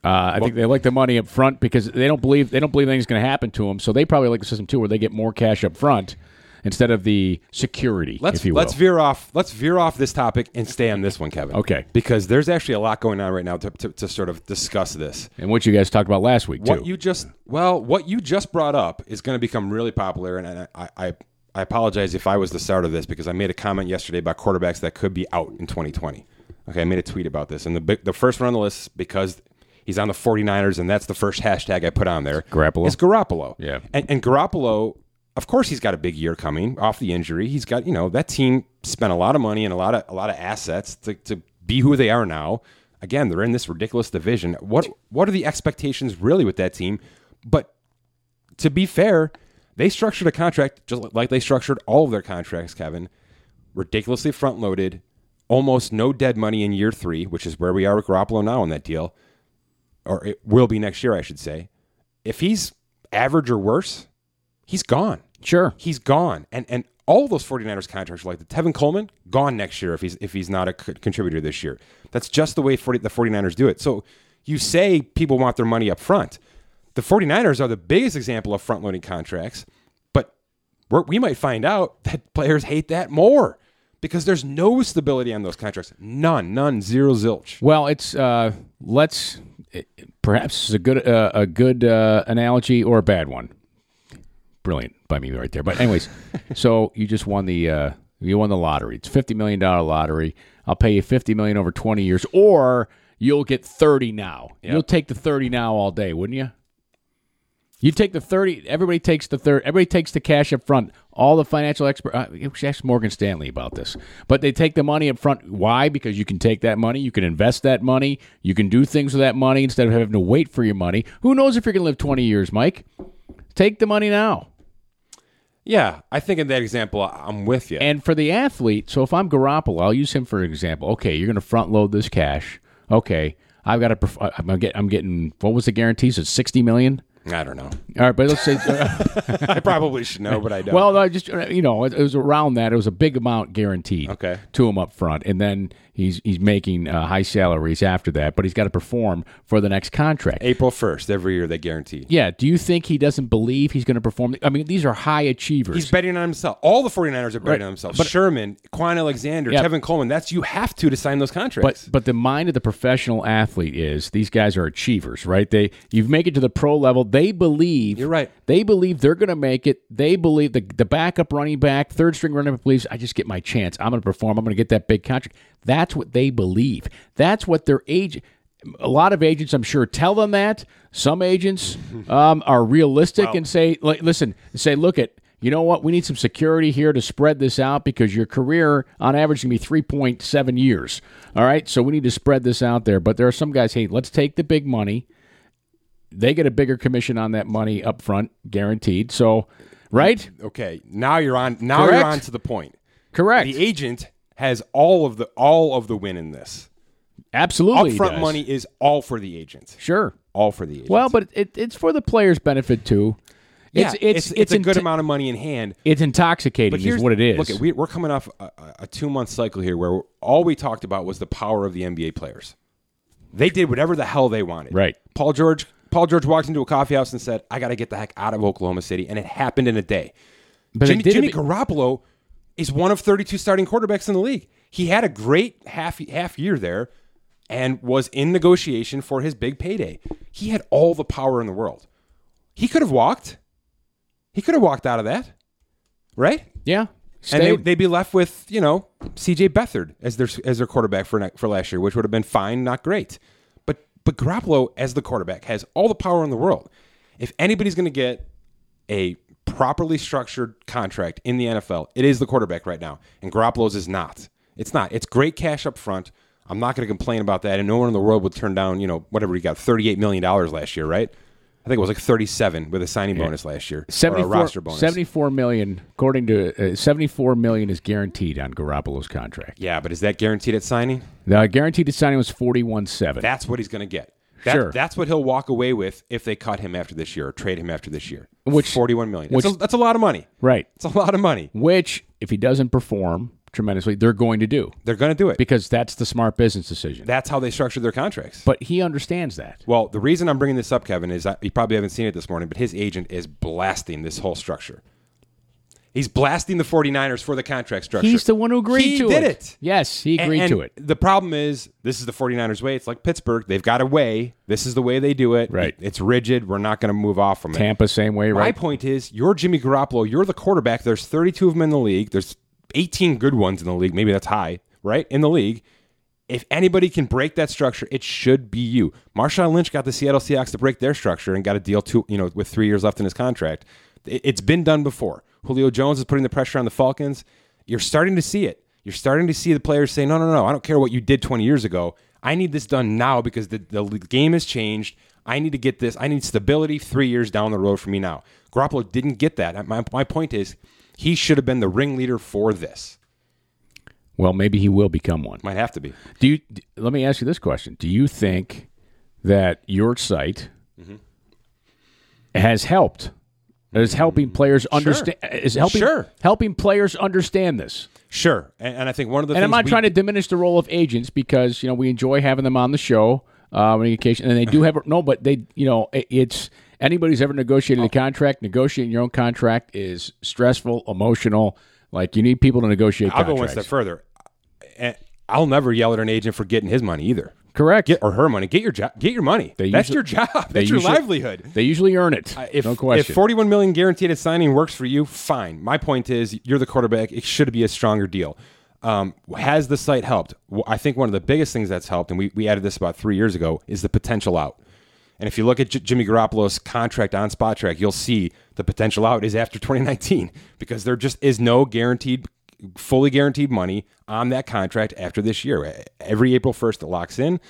uh, I think they like the money up front because they don't believe they don't believe anything's going to happen to them. So they probably like the system too, where they get more cash up front instead of the security, Let's if you will. let's veer off. Let's veer off this topic and stay on this one, Kevin. Okay. Because there's actually a lot going on right now to, to, to sort of discuss this. and what you guys talked about last week What too. you just well, what you just brought up is going to become really popular, and I, I- I I apologize if I was the start of this because I made a comment yesterday about quarterbacks that could be out in 2020. Okay, I made a tweet about this, and the big- the first one on the list because he's on the 49ers, and that's the first hashtag I put on there. Garoppolo? Is Garoppolo? Yeah. and, and Garoppolo. Of course, he's got a big year coming off the injury. He's got you know that team spent a lot of money and a lot of a lot of assets to, to be who they are now. Again, they're in this ridiculous division. What what are the expectations really with that team? But to be fair, they structured a contract just like they structured all of their contracts, Kevin. Ridiculously front loaded, almost no dead money in year three, which is where we are with Garoppolo now on that deal, or it will be next year, I should say. If he's average or worse, he's gone. sure. He's gone. And and all those 49ers contracts are like that. Tevin Coleman gone next year if he's if he's not a c- contributor this year. That's just the way 40, the 49ers do it. So you say people want their money up front. The 49ers are the biggest example of front-loading contracts, but we're, we might find out *laughs* that players hate that more because there's no stability on those contracts. None, none, zero zilch. Well, it's uh, let's perhaps it's a good uh, a good uh, analogy or a bad one. Brilliant by me right there. But anyways, so you just won the uh, you won the lottery. It's fifty million dollar lottery. I'll pay you fifty million over twenty years, or you'll get thirty now. You'll take the thirty now all day, wouldn't you? You take the thirty. Everybody takes the third. Everybody takes the cash up front. All the financial expert. Uh, we should ask Morgan Stanley about this, but they take the money up front. Why? Because you can take that money. You can invest that money. You can do things with that money instead of having to wait for your money. Who knows if you're going to live twenty years, Mike? Take the money now. Yeah, I think in that example, I- I'm with you. And for the athlete, so if I'm Garoppolo, I'll use him for an example. Okay, you're going to front load this cash. Okay, I've got to. perf- I- I'm get. I'm getting. What was the guarantees? It's sixty million. I don't know. All right, but let's say. uh, *laughs* I probably should know, but I don't. Well, no, I just uh, you know, it, it was around that. It was a big amount guaranteed Okay. to him up front, and then he's he's making uh, high salaries after that, but he's got to perform for the next contract. April 1st, every year they guarantee. yeah, do you think he doesn't believe he's going to perform? I mean, these are high achievers. He's betting on himself. All the 49ers are betting Right. on themselves. Sherman, Quan Alexander, Yeah. Kevin Coleman, that's you have to to sign those contracts. but but the mind of the professional athlete is these guys are achievers, right? They you make it to the pro level, they believe You're right. They believe they're going to make it. They believe the the backup running back, third string running back believes I just get my chance. I'm going to perform. I'm going to get that big contract. That's what they believe. That's what their age. A lot of agents, I'm sure, tell them that. Some *laughs* agents um, are realistic and say, like, "Listen, say, look at." You know what? We need some security here to spread this out because your career, on average, is going to be 3.7 years. All right. So we need to spread this out there. But there are some guys, hey, let's take the big money they get a bigger commission on that money up front, guaranteed. So, right? okay, now you're on now Correct. you're on to the point. Correct. The agent has all of the all of the win in this. Absolutely. he Upfront does. money is all for the agent. Sure. All for the agent. Well, but it, it's for the player's benefit too. yeah, It's it's it's, a good into- amount of money in hand. It's intoxicating, is what it is. Look, we, we're coming off a, a- a two month cycle here where all we talked about was the power of the NBA players. They did whatever the hell they wanted. Right. Paul George. Paul George walked into a coffee house and said, "I got to get the heck out of Oklahoma City," and it happened in a day. But Jimmy, it did Jimmy it- Garoppolo is one of 32 starting quarterbacks in the league. He had a great half half year there, and was in negotiation for his big payday. He had all the power in the world. He could have walked. He could have walked out of that, right? yeah. and Stay- they, they'd be left with you know C.J. Beathard as their as their quarterback for ne- for last year, which would have been fine, not great. But but Garoppolo as the quarterback has all the power in the world. If anybody's going to get a properly structured contract in the NFL, it is the quarterback right now, and Garoppolo's is not. It's not. It's great cash up front. I'm not going to complain about that, and no one in the world would turn down you know whatever he got, 38 million dollars last year, right? I think it was like 37 with a signing bonus last year, or a 74, roster bonus. 74 million, according to uh, 74 million is guaranteed on Garoppolo's contract. yeah, but is that guaranteed at signing? The guaranteed signing was 41.7. That's what he's going to get. That, Sure. That's what he'll walk away with if they cut him after this year or trade him after this year. Which- forty-one million? which- that's, a, that's a lot of money. right. It's a lot of money. Which, if he doesn't perform tremendously, they're going to do They're going to do it. because that's the smart business decision. that's how they structure their contracts. but he understands that. well, the reason I'm bringing this up, Kevin, is that you probably haven't seen it this morning, but his agent is blasting this whole structure. He's blasting the 49ers for the contract structure. He's the one who agreed He to did it. it. Yes, he agreed And- to it. The problem is, this is the 49ers way. It's like Pittsburgh. They've got a way. This is the way they do it. Right. It's rigid. We're not going to move off from it. Tampa, same way, My right? point is, you're Jimmy Garoppolo. You're the quarterback. There's 32 of them in the league. There's 18 good ones in the league. Maybe that's high, right? In the league. If anybody can break that structure, it should be you. Marshawn Lynch got the Seattle Seahawks to break their structure and got a deal to you know with three years left in his contract. It- It's been done before. Julio Jones is putting the pressure on the Falcons. You're starting to see it. You're starting to see the players say, "No, no, no! I don't care what you did 20 years ago. I need this done now because the, the game has changed. I need to get this. I need stability three years down the road for me now." Garoppolo didn't get that. My, my point is, he should have been the ringleader for this. well, maybe he will become one. Might have to be. Do you? d- let me ask you this question: Do you Mm-hmm. think that your site has helped It's helping players understand. Is helping Mm, Sure. helping players understand this. Sure, and, and I think one of the And things I'm not we- trying to diminish the role of agents because you know we enjoy having them on the show uh, on occasion, and they Uh-huh. do have no, but they you know it, it's anybody who's ever Oh. negotiated a contract, negotiating your own contract is stressful, emotional. Like you need people to negotiate. I'll go one contracts. step further. And I'll never yell at an agent for getting his money either, Correct. get or her money. Get your job. Get your money. They That's usually- your job. They That's your usually- livelihood. Uh, They usually earn it. If, no question. if 41 million guaranteed at signing works for you, fine. My point is, you're the quarterback. It should be a stronger deal. Um, has the site helped? Well, I think one of the biggest things that's helped, and we, we added this about three years ago, is the potential out. And if you look at J- Jimmy Garoppolo's contract on Spot Track, you'll see the potential out is after 2019 because there just is no guaranteed, fully guaranteed money on that contract after this year. E, Every April 1st, it locks in.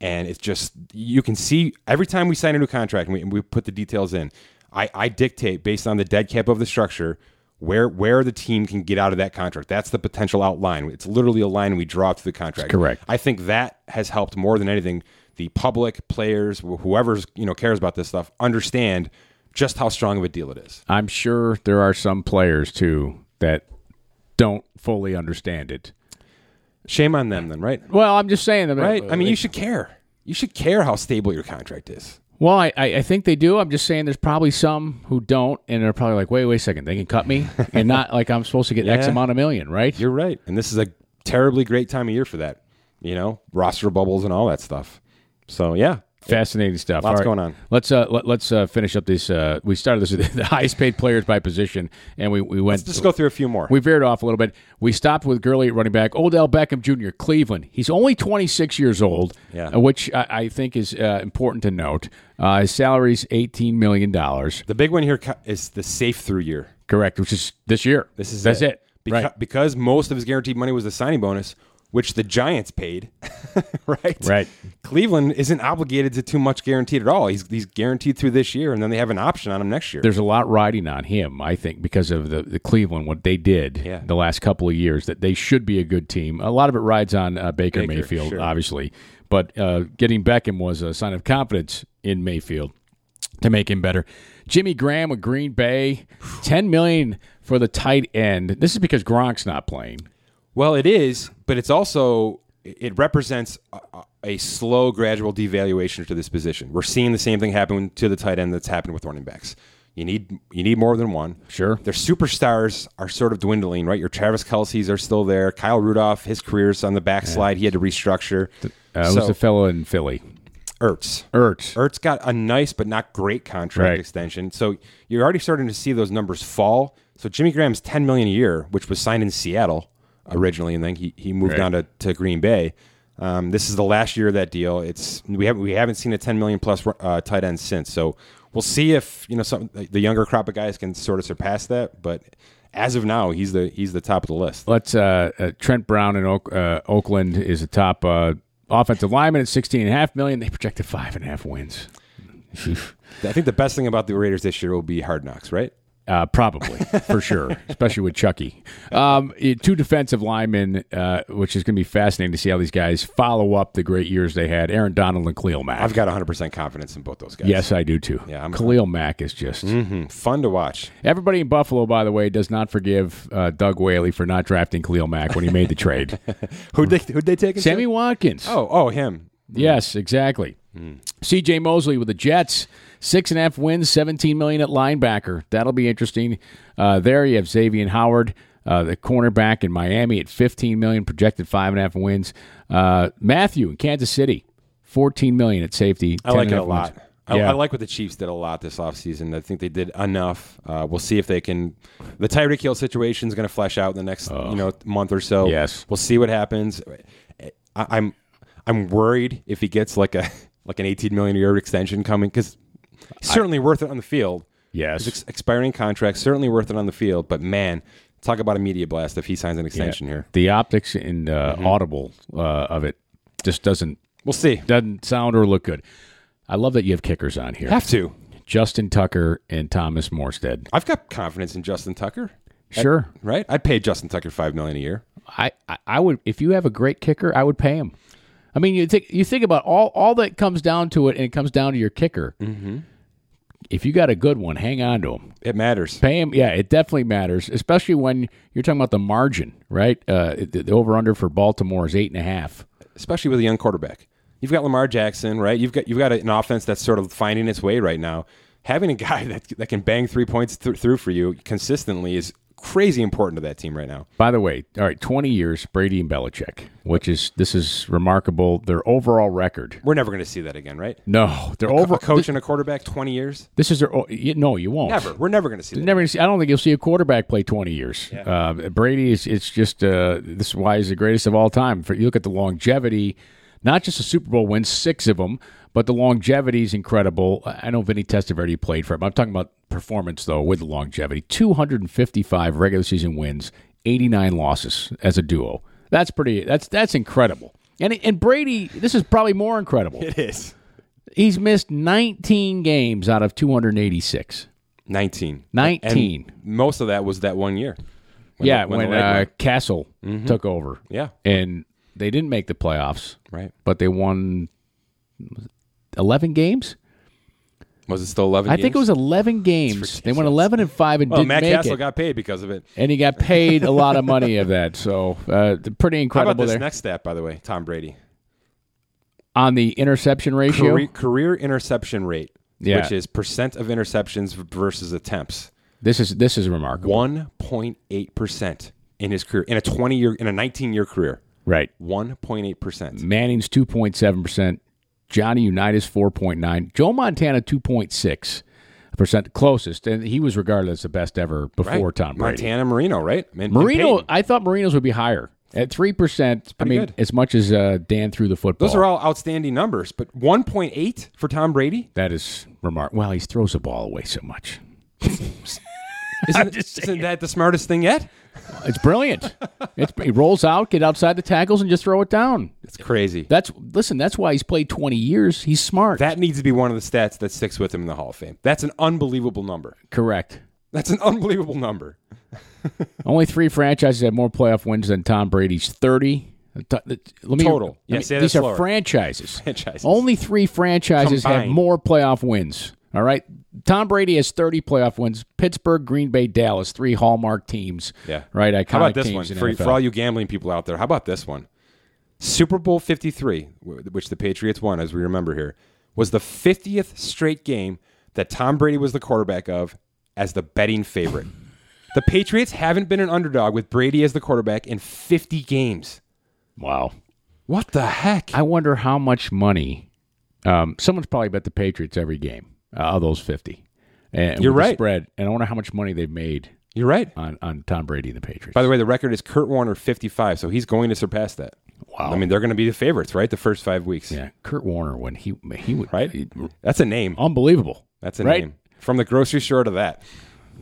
And it's just, you can see every time we sign a new contract and we, and we put the details in, I, I dictate based on the dead cap of the structure where where the team can get out of that contract. That's the potential outline. It's literally a line we draw through the contract. correct. I think that has helped more than anything the public, players, wh- whoever's you know cares about this stuff understand just how strong of a deal it is. I'm sure there are some players too that don't fully understand it. Shame on them then, right? Well, I'm just saying that. Right? I mean, uh, you should care. You should care how stable your contract is. Well, I, I I think they do. I'm just saying there's probably some who don't, and they're probably like, wait, wait a second, they can cut me, and *laughs* not like I'm supposed to get X Yeah. amount of million, right? You're right. And this is a terribly great time of year for that. You know, roster bubbles and all that stuff. So, yeah. Fascinating stuff. Lots All right. going on. Let's uh, let, let's uh, finish up this. Uh, we started this with *laughs* the highest paid players by position, and we we went. Just go through a few more. we veered off a little bit. We stopped with Gurley at running back. Odell Beckham Jr. Cleveland. He's only 26 years old, Yeah. uh, which I, I think is uh, important to note. Uh, his salary's 18 million dollars, the big one here co- is the safe through year. correct? Which is this year. This is that's it. Beca- right. Because most of his guaranteed money was the signing bonus, which the Giants paid. *laughs* right. Right. Cleveland isn't obligated to too much guaranteed at all. He's he's guaranteed through this year, and then they have an option on him next year. there's a lot riding on him, I think, because of the, the Cleveland, what they did Yeah. the last couple of years, that they should be a good team. A lot of it rides on uh, Baker, Baker, Mayfield, sure. obviously. But uh, getting Beckham was a sign of confidence in Mayfield to make him better. Jimmy Graham with Green Bay, 10 million for the tight end. This is because Gronk's not playing. Well, it is, but it's also it represents a, a slow, gradual devaluation to this position. We're seeing the same thing happen to the tight end that's happened with running backs. You need you need more than one. Sure. their superstars are sort of dwindling, right? Your Travis Kelsey's are still there. Kyle Rudolph, his career's on the backslide. He had to restructure. Uh, it was so the fellow in Philly, Ertz, Ertz. Ertz got a nice but not great contract Right. extension. So you're already starting to see those numbers fall. So Jimmy Graham's 10 million a year, which was signed in Seattle originally, and then he, he moved down to, to Green Bay. Um, this is the last year of that deal. It's we haven't we haven't seen a 10 million plus uh, tight end since. So we'll see if you know some the younger crop of guys can sort of surpass that. But as of now, he's the he's the top of the list. Let's uh, uh, Trent Brown in Oak, uh, Oakland is the top uh, offensive lineman at sixteen and a half million. They projected five and a half wins. *laughs* Sheesh. I think the best thing about the Raiders this year will be Hard Knocks, right? Uh, probably for *laughs* sure, especially with Chucky. Um, eh, two defensive linemen, uh, which is going to be fascinating to see how these guys follow up the great years they had. Aaron Donald and Khalil Mack. I've got 100% confidence in both those guys. yes, I do too. Yeah, I'm- Khalil Mack is just Hmm, fun to watch. everybody in Buffalo. By the way, does not forgive uh, Doug Whaley for not drafting Khalil Mack when he made the *laughs* trade. Who'd they, who'd they take? him to? Sammy Watkins. Oh, oh, him. Yes, exactly. Hmm. CJ Mosley with the Jets, six and a half wins, seventeen million at linebacker. That'll be interesting. Uh, there you have Xavier Howard, uh, the cornerback in Miami at fifteen million, projected five and a half wins. Uh, Matthew in Kansas City, fourteen million at safety. I like 10 and it a half wins. lot. I, Yeah. I like what the Chiefs did a lot this offseason. I think they did enough. Uh, we'll see if they can. The Tyreek Hill situation is going to flesh out in the next you know month or so. Yes. we'll see what happens. I, I'm I'm worried if he gets like a like an 18 million year extension coming because certainly worth it on the field. Yes. His ex- expiring contract certainly worth it on the field. But man, talk about a media blast if he signs an extension here. The optics and uh, Mm-hmm. audible uh, of it just doesn't We'll see. doesn't sound or look good. I love that you have kickers on here. Have to. Justin Tucker and Thomas Morstead. I've got confidence in Justin Tucker. Sure. right? I'd pay Justin Tucker five million a year. I, I- I would if you have a great kicker, I would pay him. I mean, you think you think about all all that comes down to it, and it comes down to your kicker. Mm-hmm. if you got a good one, hang on to him. It matters. Pay him. Yeah, it definitely matters, especially when you're talking about the margin, right? Uh, the, the over under for Baltimore is eight and a half. especially with a young quarterback. You've got Lamar Jackson, right? You've got you've got an offense that's sort of finding its way right now. Having a *laughs* guy that that can bang three points thr- through for you consistently is crazy important to that team right now. By the way, all right, 20 years, Brady and Belichick, which is, this is remarkable. Their overall record. We're never going to see that again, right? No, they're Over over. *laughs* a coach and a quarterback, twenty years, This is their, o- you- no, you won't. never. We're never going to *laughs* see that. Never gonna see, I don't think you'll see a quarterback play 20 years. Uh, Brady is it's just uh, this is why he's the greatest of all time. For you look at the longevity, not just the Super Bowl wins, six of them, but the longevity is incredible. I I know Vinny Testaverde played for him. I'm talking about performance though with the longevity. 255 regular season wins, 89 losses as a duo. That's pretty. That's that's incredible. And and Brady, this is probably more *laughs* incredible. It is He's missed 19 games out of 286. nineteen. 19. And most of that was that one year. When yeah, the- when, the leg uh, went- Castle took over. yeah, And they didn't make the playoffs, right. but they won 11 games? Was it still eleven? I think it was 11 games. They won 11 and 5 and Well, didn't Matt make Castle it. got paid because of it. and he got paid a lot of money of that. So, uh, pretty How about incredible this there. next stat, by the way? Tom Brady. On the interception ratio, Career, career interception rate, Yeah. which is percent of interceptions versus attempts, this is this is remarkable. one point eight percent in his career in a twenty year in a nineteen year career, Right. one point eight percent. Manning's 2.7%, Johnny Unitas 4.9, Joe Montana 2.6%, closest and he was regarded as the best ever before Tom Brady. Montana Marino, right? And- and Marino, Peyton. I thought Marino's would be higher at three percent. I mean, good. as much as uh, Dan threw the football, Those are all outstanding numbers, but one point eight for Tom *laughs* Brady. that is remarkable. Well, he throws the ball away so much. Isn't, isn't that the smartest thing yet? It's brilliant. *laughs* it's he rolls out, get outside the tackles, and just throw it down. It's crazy. That, That's listen. That's why he's played twenty years. He's smart. needs to be one of the stats that sticks with him in the Hall of Fame. That's an unbelievable number. correct. That's an *laughs* unbelievable number. Only three franchises have more playoff wins than Tom Brady's thirty. Uh, Let me Total. let Yeah, me- say that these slower. are franchises. *laughs* Franchises. Only three franchises have Combined. more playoff wins. All right. Tom Brady has 30 playoff wins. Pittsburgh, Green Bay, Dallas, three hallmark teams. Yeah. Right. Iconic How about this teams one in for, NFL. for all you gambling people out there? How about this one? Super Bowl 53, wh- which the Patriots won, as we remember here, was the 50th straight game that Tom Brady was the quarterback of as the betting favorite. the Patriots haven't been an underdog with Brady as the quarterback in 50 games. Wow. What the heck? I wonder how much money. Um, someone's probably bet the Patriots every game uh, of those 50. And You're with the right. Spread. And I wonder how much money they've made You're right. on, on Tom Brady and the Patriots. By the way, the record is Kurt Warner 55, so he's going to surpass that. Wow. I mean, they're going to be the favorites, right? The first five weeks, yeah. Kurt Warner, when he, he would. right? That's a name. Unbelievable. That's a right? name. From the grocery store to that.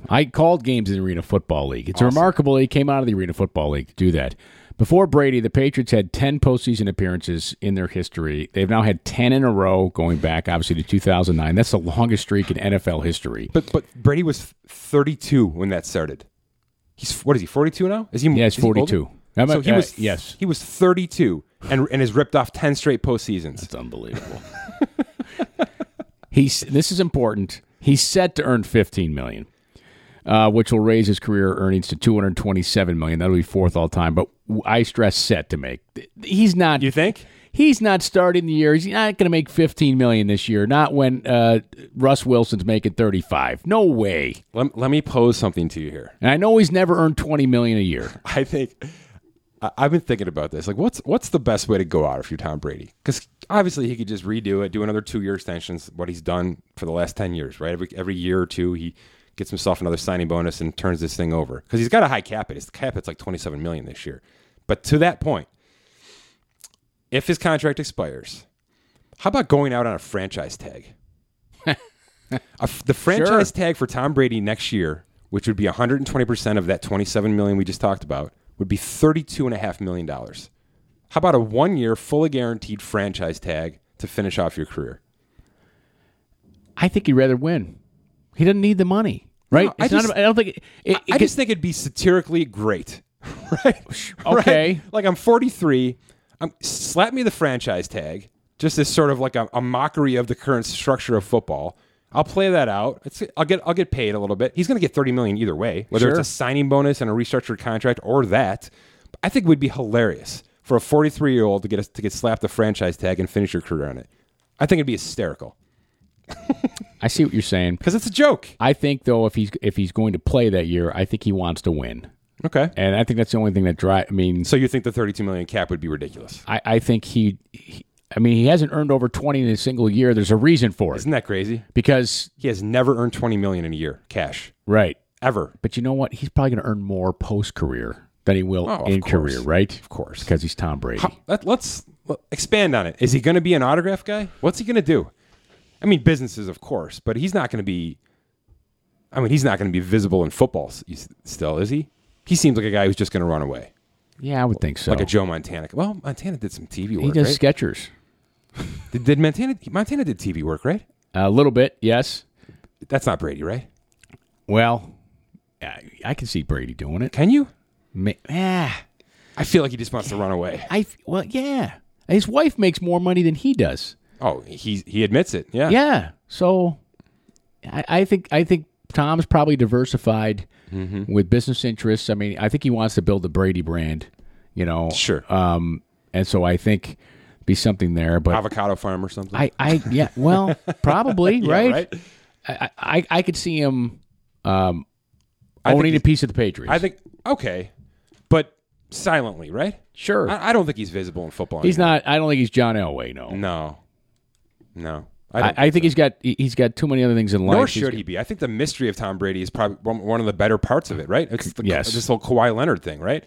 I called games in the Arena Football League. It's remarkable he came out of the Arena Football League to do that. Before Brady, the Patriots had 10 postseason appearances in their history. They've now had 10 in a row going back, obviously, to 2009. That's the longest streak in NFL history. But but Brady was 32 when that started. He's what is he 42 now? Is he? Yes, is he older? 42. I'm a- so he uh, was yes. he was 32 and and has ripped off 10 straight postseasons. It's unbelievable. *laughs* He's this is important. He's set to earn 15 million, uh, which will raise his career earnings to 227 million. That'll be fourth all time. But I stress set to make. He's not. You think? He's not starting the year. He's not going to make 15 million this year. Not when uh, Russ Wilson's making 35. No way. Let, let me pose something to you here. And I know he's never earned 20 million a year. *laughs* I think I, I've been thinking about this. Like, what's what's the best way to go out if you're Tom Brady? Because obviously he could just redo it, do another two year extensions, what he's done for the last ten years, right? Every every year or two, he gets himself another signing bonus and turns this thing over because he's got a high cap. It his cap it's like twenty seven million this year. But to that point, if his contract expires, how about going out on a franchise tag? A f- the franchise tag for Tom Brady next year, which would be 120% of that 27 million we just talked about, would be 32.5 million dollars. How about a one-year fully guaranteed franchise tag to finish off your career? I think he'd rather win. He doesn't need the money, right? I It's not just- about- I don't think. It, it- I just think it'd be satirically great, *laughs* right? Right? Okay. Like I'm 43, I'm slap me the franchise tag, just as sort of like a, a mockery of the current structure of football, I'll play that out. It's, I'll get I'll get paid a little bit. He's going to get thirty million either way, whether Sure. it's a signing bonus and a restructured contract or that. I think it would be hilarious for a forty three year old to get a, to get slapped the franchise tag and finish your career on it. I think it'd be hysterical I see what you're saying. because it's a joke. I think though, if he's if he's going to play that year, I think he wants to win, Okay. and I think that's the only thing that drive. I mean, So you think the thirty two million cap would be ridiculous? I, I think he, he. I mean, he hasn't earned over twenty in a single year. There's a reason for it Isn't that crazy? because He has never earned twenty million in a year cash right. ever. But you know what? He's probably going to earn more post career than he will Oh, of in course. career, right? Of course. because he's Tom Brady. Let, let's let- expand on it. Is he going to be an autograph guy? What's he going to do? I mean, businesses, of course, but he's not going to be. I mean, he's not going to be visible in football s- s- still, is he? He seems like a guy who's just going to run away, Yeah, I would think so. like a Joe Montana. Well, Montana did some TV Oh. he work, does right? sketchers Did, did Montana? Montana did TV work, right? a little bit, yes. That's not Brady, right? Well, I, I can see Brady doing it. Can you? Ma- ah, I feel like he just wants to run away. I well, yeah. His wife makes more money than he does. Oh, he he admits it. *laughs* Yeah. Yeah, so I, I think I think Tom's probably diversified Mm-hmm. with business interests. I mean, I think he wants to build the Brady brand, you know. Sure. Um, and so I think be something there, but Avocado farm or something. I, I yeah, well, probably *laughs* Yeah, right. I, I, I could see him um, I think owning a he's- piece of the Patriots. I think okay, but silently, right? sure. I, I don't think he's visible in football. he's anymore. not. I don't think he's John Elway. No. No, no. I, I think he's got he- he's got too many other things in life. Nor He's should he be. I think the mystery of Tom Brady is probably one, one of the better parts of it, right? It's the, Yes. this whole Kawhi Leonard thing, right?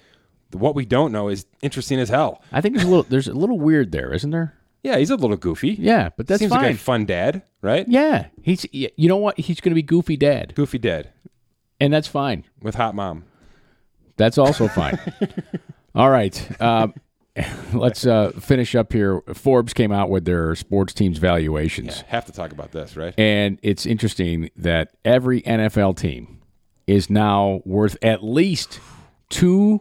What we don't know is interesting as hell. I think there's a little there's a little weird there, isn't there? Yeah, he's a little goofy. Yeah, but that's seems like fine. a fun dad, right? yeah, he's y- you know what he's going to be goofy dad, Goofy dad and that's fine. with hot mom. That's also fine. All right. Um, *laughs* let's uh, finish up here. Forbes came out with their sports teams valuations. Have to talk about this, right? And it's interesting that every NFL team is now worth at least $2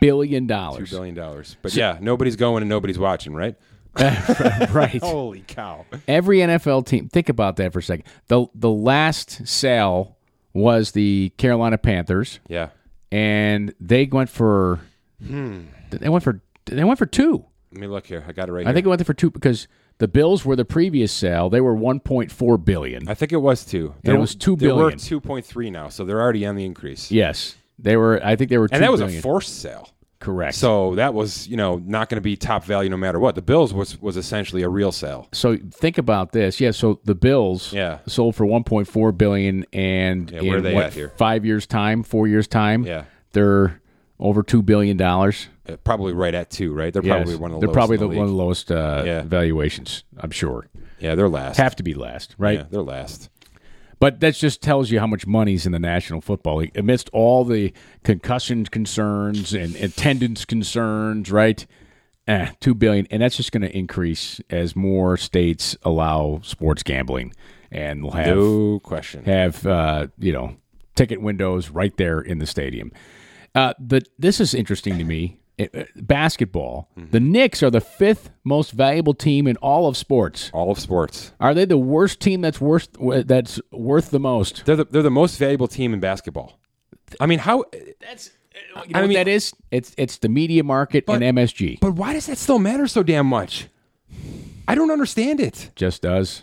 billion. Two *laughs* billion dollars. But yeah, nobody's going and nobody's watching, right? right. Holy cow! Every NFL team, think about that for a second. The, the last sale was the Carolina Panthers, Yeah, and they went for. Hmm. They went for they went for two. let me look here. I got it right. I think it went for two because the Bills were the previous sale. They were one point four billion. I think it was two. There it was two There were billion. two point three now, so they're already on the increase. Yes, they were. I think they were. and two that was a billion. forced sale. correct. So that was, you know, not going to be top value no matter what. The Bills was was essentially a real sale. so think about this. Yeah, so the Bills Yeah. sold for 1.4 billion and Yeah, in where are they what, at here? 5 years time, 4 years time, Yeah. they're over 2 billion dollars. Uh, Probably right at two, right? They're probably one of the They're lowest probably in the the, one of the league. lowest uh, Yeah. valuations, I'm sure. Yeah, they're last. Have to be last, right? Yeah, they're last. But that just tells you how much money's in the National Football League amidst all the concussion concerns and attendance concerns, right? Eh, two billion, and that's just going to increase as more states allow sports gambling, and we'll have No question. have uh, you know ticket windows right there in the stadium. Uh, but this is interesting to me. It- uh, basketball, the Knicks are the fifth most valuable team in all of sports. All of sports. Are they the worst team that's worth that's worth the most? They're the, they're the most valuable team in basketball. I mean, how? That's you know know what what that that is? It's it's the media market and MSG. But why does that still matter so damn much? I don't understand it. Just does.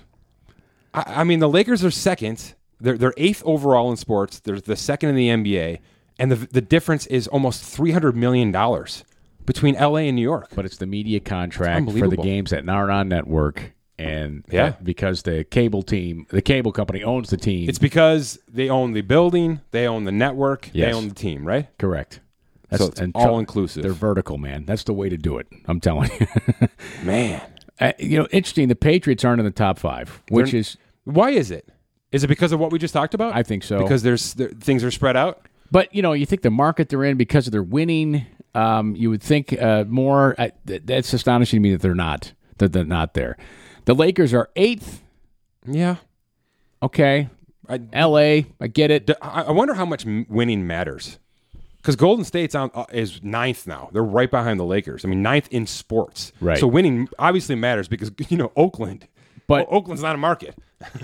I, I mean, the Lakers are second. They're they're eighth overall in sports. They're the second in the NBA, and the the difference is almost three hundred million dollars between LA and New York. But it's the media contract for the unbelievable. games that are on network and Yeah. that- because the cable team the cable company owns the team. It's because they own the building, they own the network, Yes. they own the team, right? correct. so it's and all tr- They're inclusive. vertical, man. That's the way to do it. I'm telling you. *laughs* Man, Uh, you know, interesting. The Patriots aren't in the top five, which They're- is, why is it? Is it because of what we just talked about? I think so. because there's there, things are spread out. But you know, you think the market they're in because of their winning. Um, you would think uh, more. I, th- that's astonishing to me that they're not. That they're not there. The Lakers are eighth. Yeah, Okay, I, L.A. I get it. d- I I wonder how much m- winning matters. Because Golden State's on uh, is ninth now. They're right behind the Lakers. I mean, ninth in sports. Right. *laughs* So winning obviously matters because you know Oakland But O- Oakland's not a market,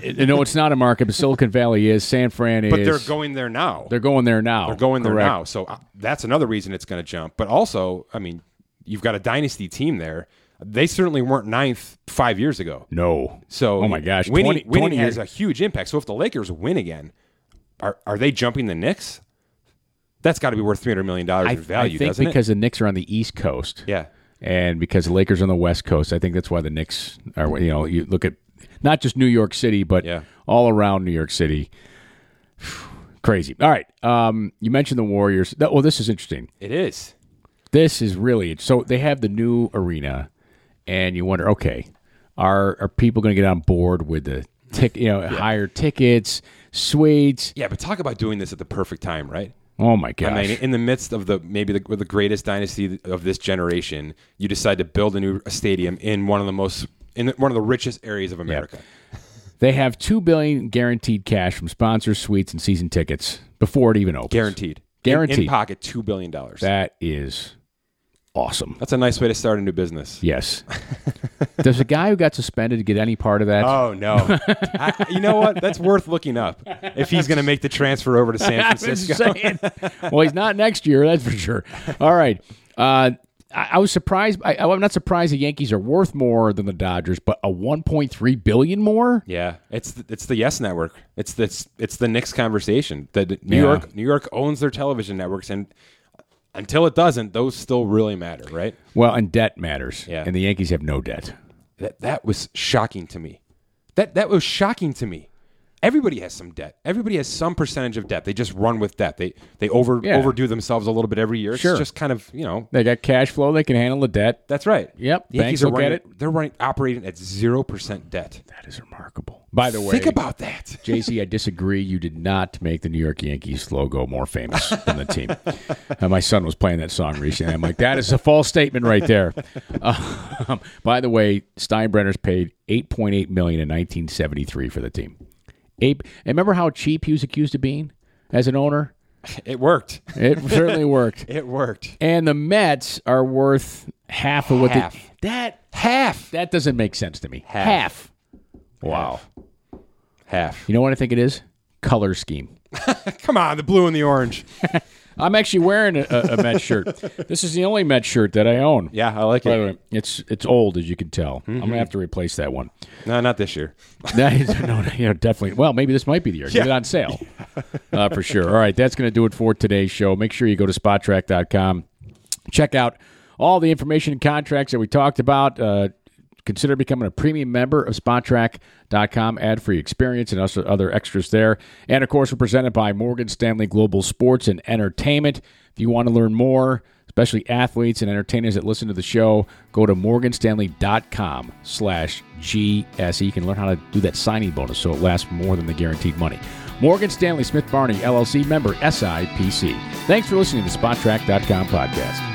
you know, it's not a market, but Silicon Valley is. San Fran is. but they're going there now. They're going there now. They're going there Correct. now. So uh, that's another reason it's going to jump. But also, I mean, you've got a dynasty team there. They certainly weren't ninth five years ago. No. So oh my gosh, winning, 20, winning 20 years. has a huge impact. So if the Lakers win again, are are they jumping the Knicks? That's got to be worth three hundred million dollars I, in value, I think doesn't because the Knicks are on the East Coast. it? Yeah, and because the Lakers are on the West Coast, I think that's why the Knicks are. You know, you look at not just New York City, but Yeah. all around New York City. *sighs* Crazy. All right. Um, you mentioned the Warriors. That- Well, this is interesting. it is. This is really so. They have the new arena, and you wonder, okay, are are people going to get on board with the tick? You know, higher tickets, suites. Yeah, but talk about doing this at the perfect time, right? Oh my gosh. I mean, in the midst of the maybe the, with the greatest dynasty of this generation, you decide to build a new stadium in one of the most in one of the richest areas of America. they have two billion guaranteed cash from sponsors, suites, and season tickets before it even opens. Guaranteed. In- Guaranteed. In, pocket, two billion dollars. That is awesome. That's a nice way to start a new business. Yes. *laughs* Does the guy who got suspended get any part of that? Oh *laughs* no! I, you know what? That's worth looking up if he's going to make the transfer *laughs* over to San *laughs* I'm just Francisco. saying. *laughs* well, he's not next year, that's for sure. All right. Uh, I, I was surprised. I, I'm not surprised the Yankees are worth more than the Dodgers, but a 1.3 billion more. Yeah, it's the, it's the Yes Network. It's the, it's, it's the Knicks conversation. That New Yeah. York New York owns their television networks, and until it doesn't, those still really matter, right? Well, and debt matters. Yeah. And the Yankees have no debt. That that was shocking to me. That that was shocking to me. Everybody has some debt. Everybody has some percentage of debt. They just run with debt. They they over Yeah. overdo themselves a little bit every year. It's Sure. just kind of you know They got cash flow. They can handle the debt. That's right. Yep, The banks Yankees are will get running, They're running operating at zero percent debt. That is remarkable. By the way, Think about that. JC, I disagree. You did not make the New York Yankees logo more famous than the team. Uh, my son was playing that song recently. I'm like, that is a false statement right there. Um, *laughs* by the way, Steinbrenner's paid 8.8 million in 1973 for the team. Eight, and remember how cheap he was accused of being as an owner? It worked. *laughs* It *laughs* certainly worked. It worked. And the Mets are worth half of what Half. the that Half. that doesn't make sense to me. Half. half. Wow. Half. You know what I think it is? Color scheme. Come on, the blue and the orange. I'm actually wearing a, a, a Mets shirt. This is the only Mets shirt that I own. Yeah, I like By the it. way, it's it's old as you can tell. I'm gonna have to replace that one. *laughs* No, not this year. no, no, no, you know, definitely. Well, maybe this might be the year. Get it on sale uh, for sure. All right, that's gonna do it for today's show. Make sure you go to spottrack.com. Check out all the information and contracts that we talked about. Uh, consider becoming a premium member of spottrack.com ad-free experience and also other extras there and of course we're presented by morgan stanley global sports and entertainment if you want to learn more especially athletes and entertainers that listen to the show go to morganstanley.com slash gse you can learn how to do that signing bonus so it lasts more than the guaranteed money morgan stanley smith barney llc member sipc thanks for listening to spottrack.com podcast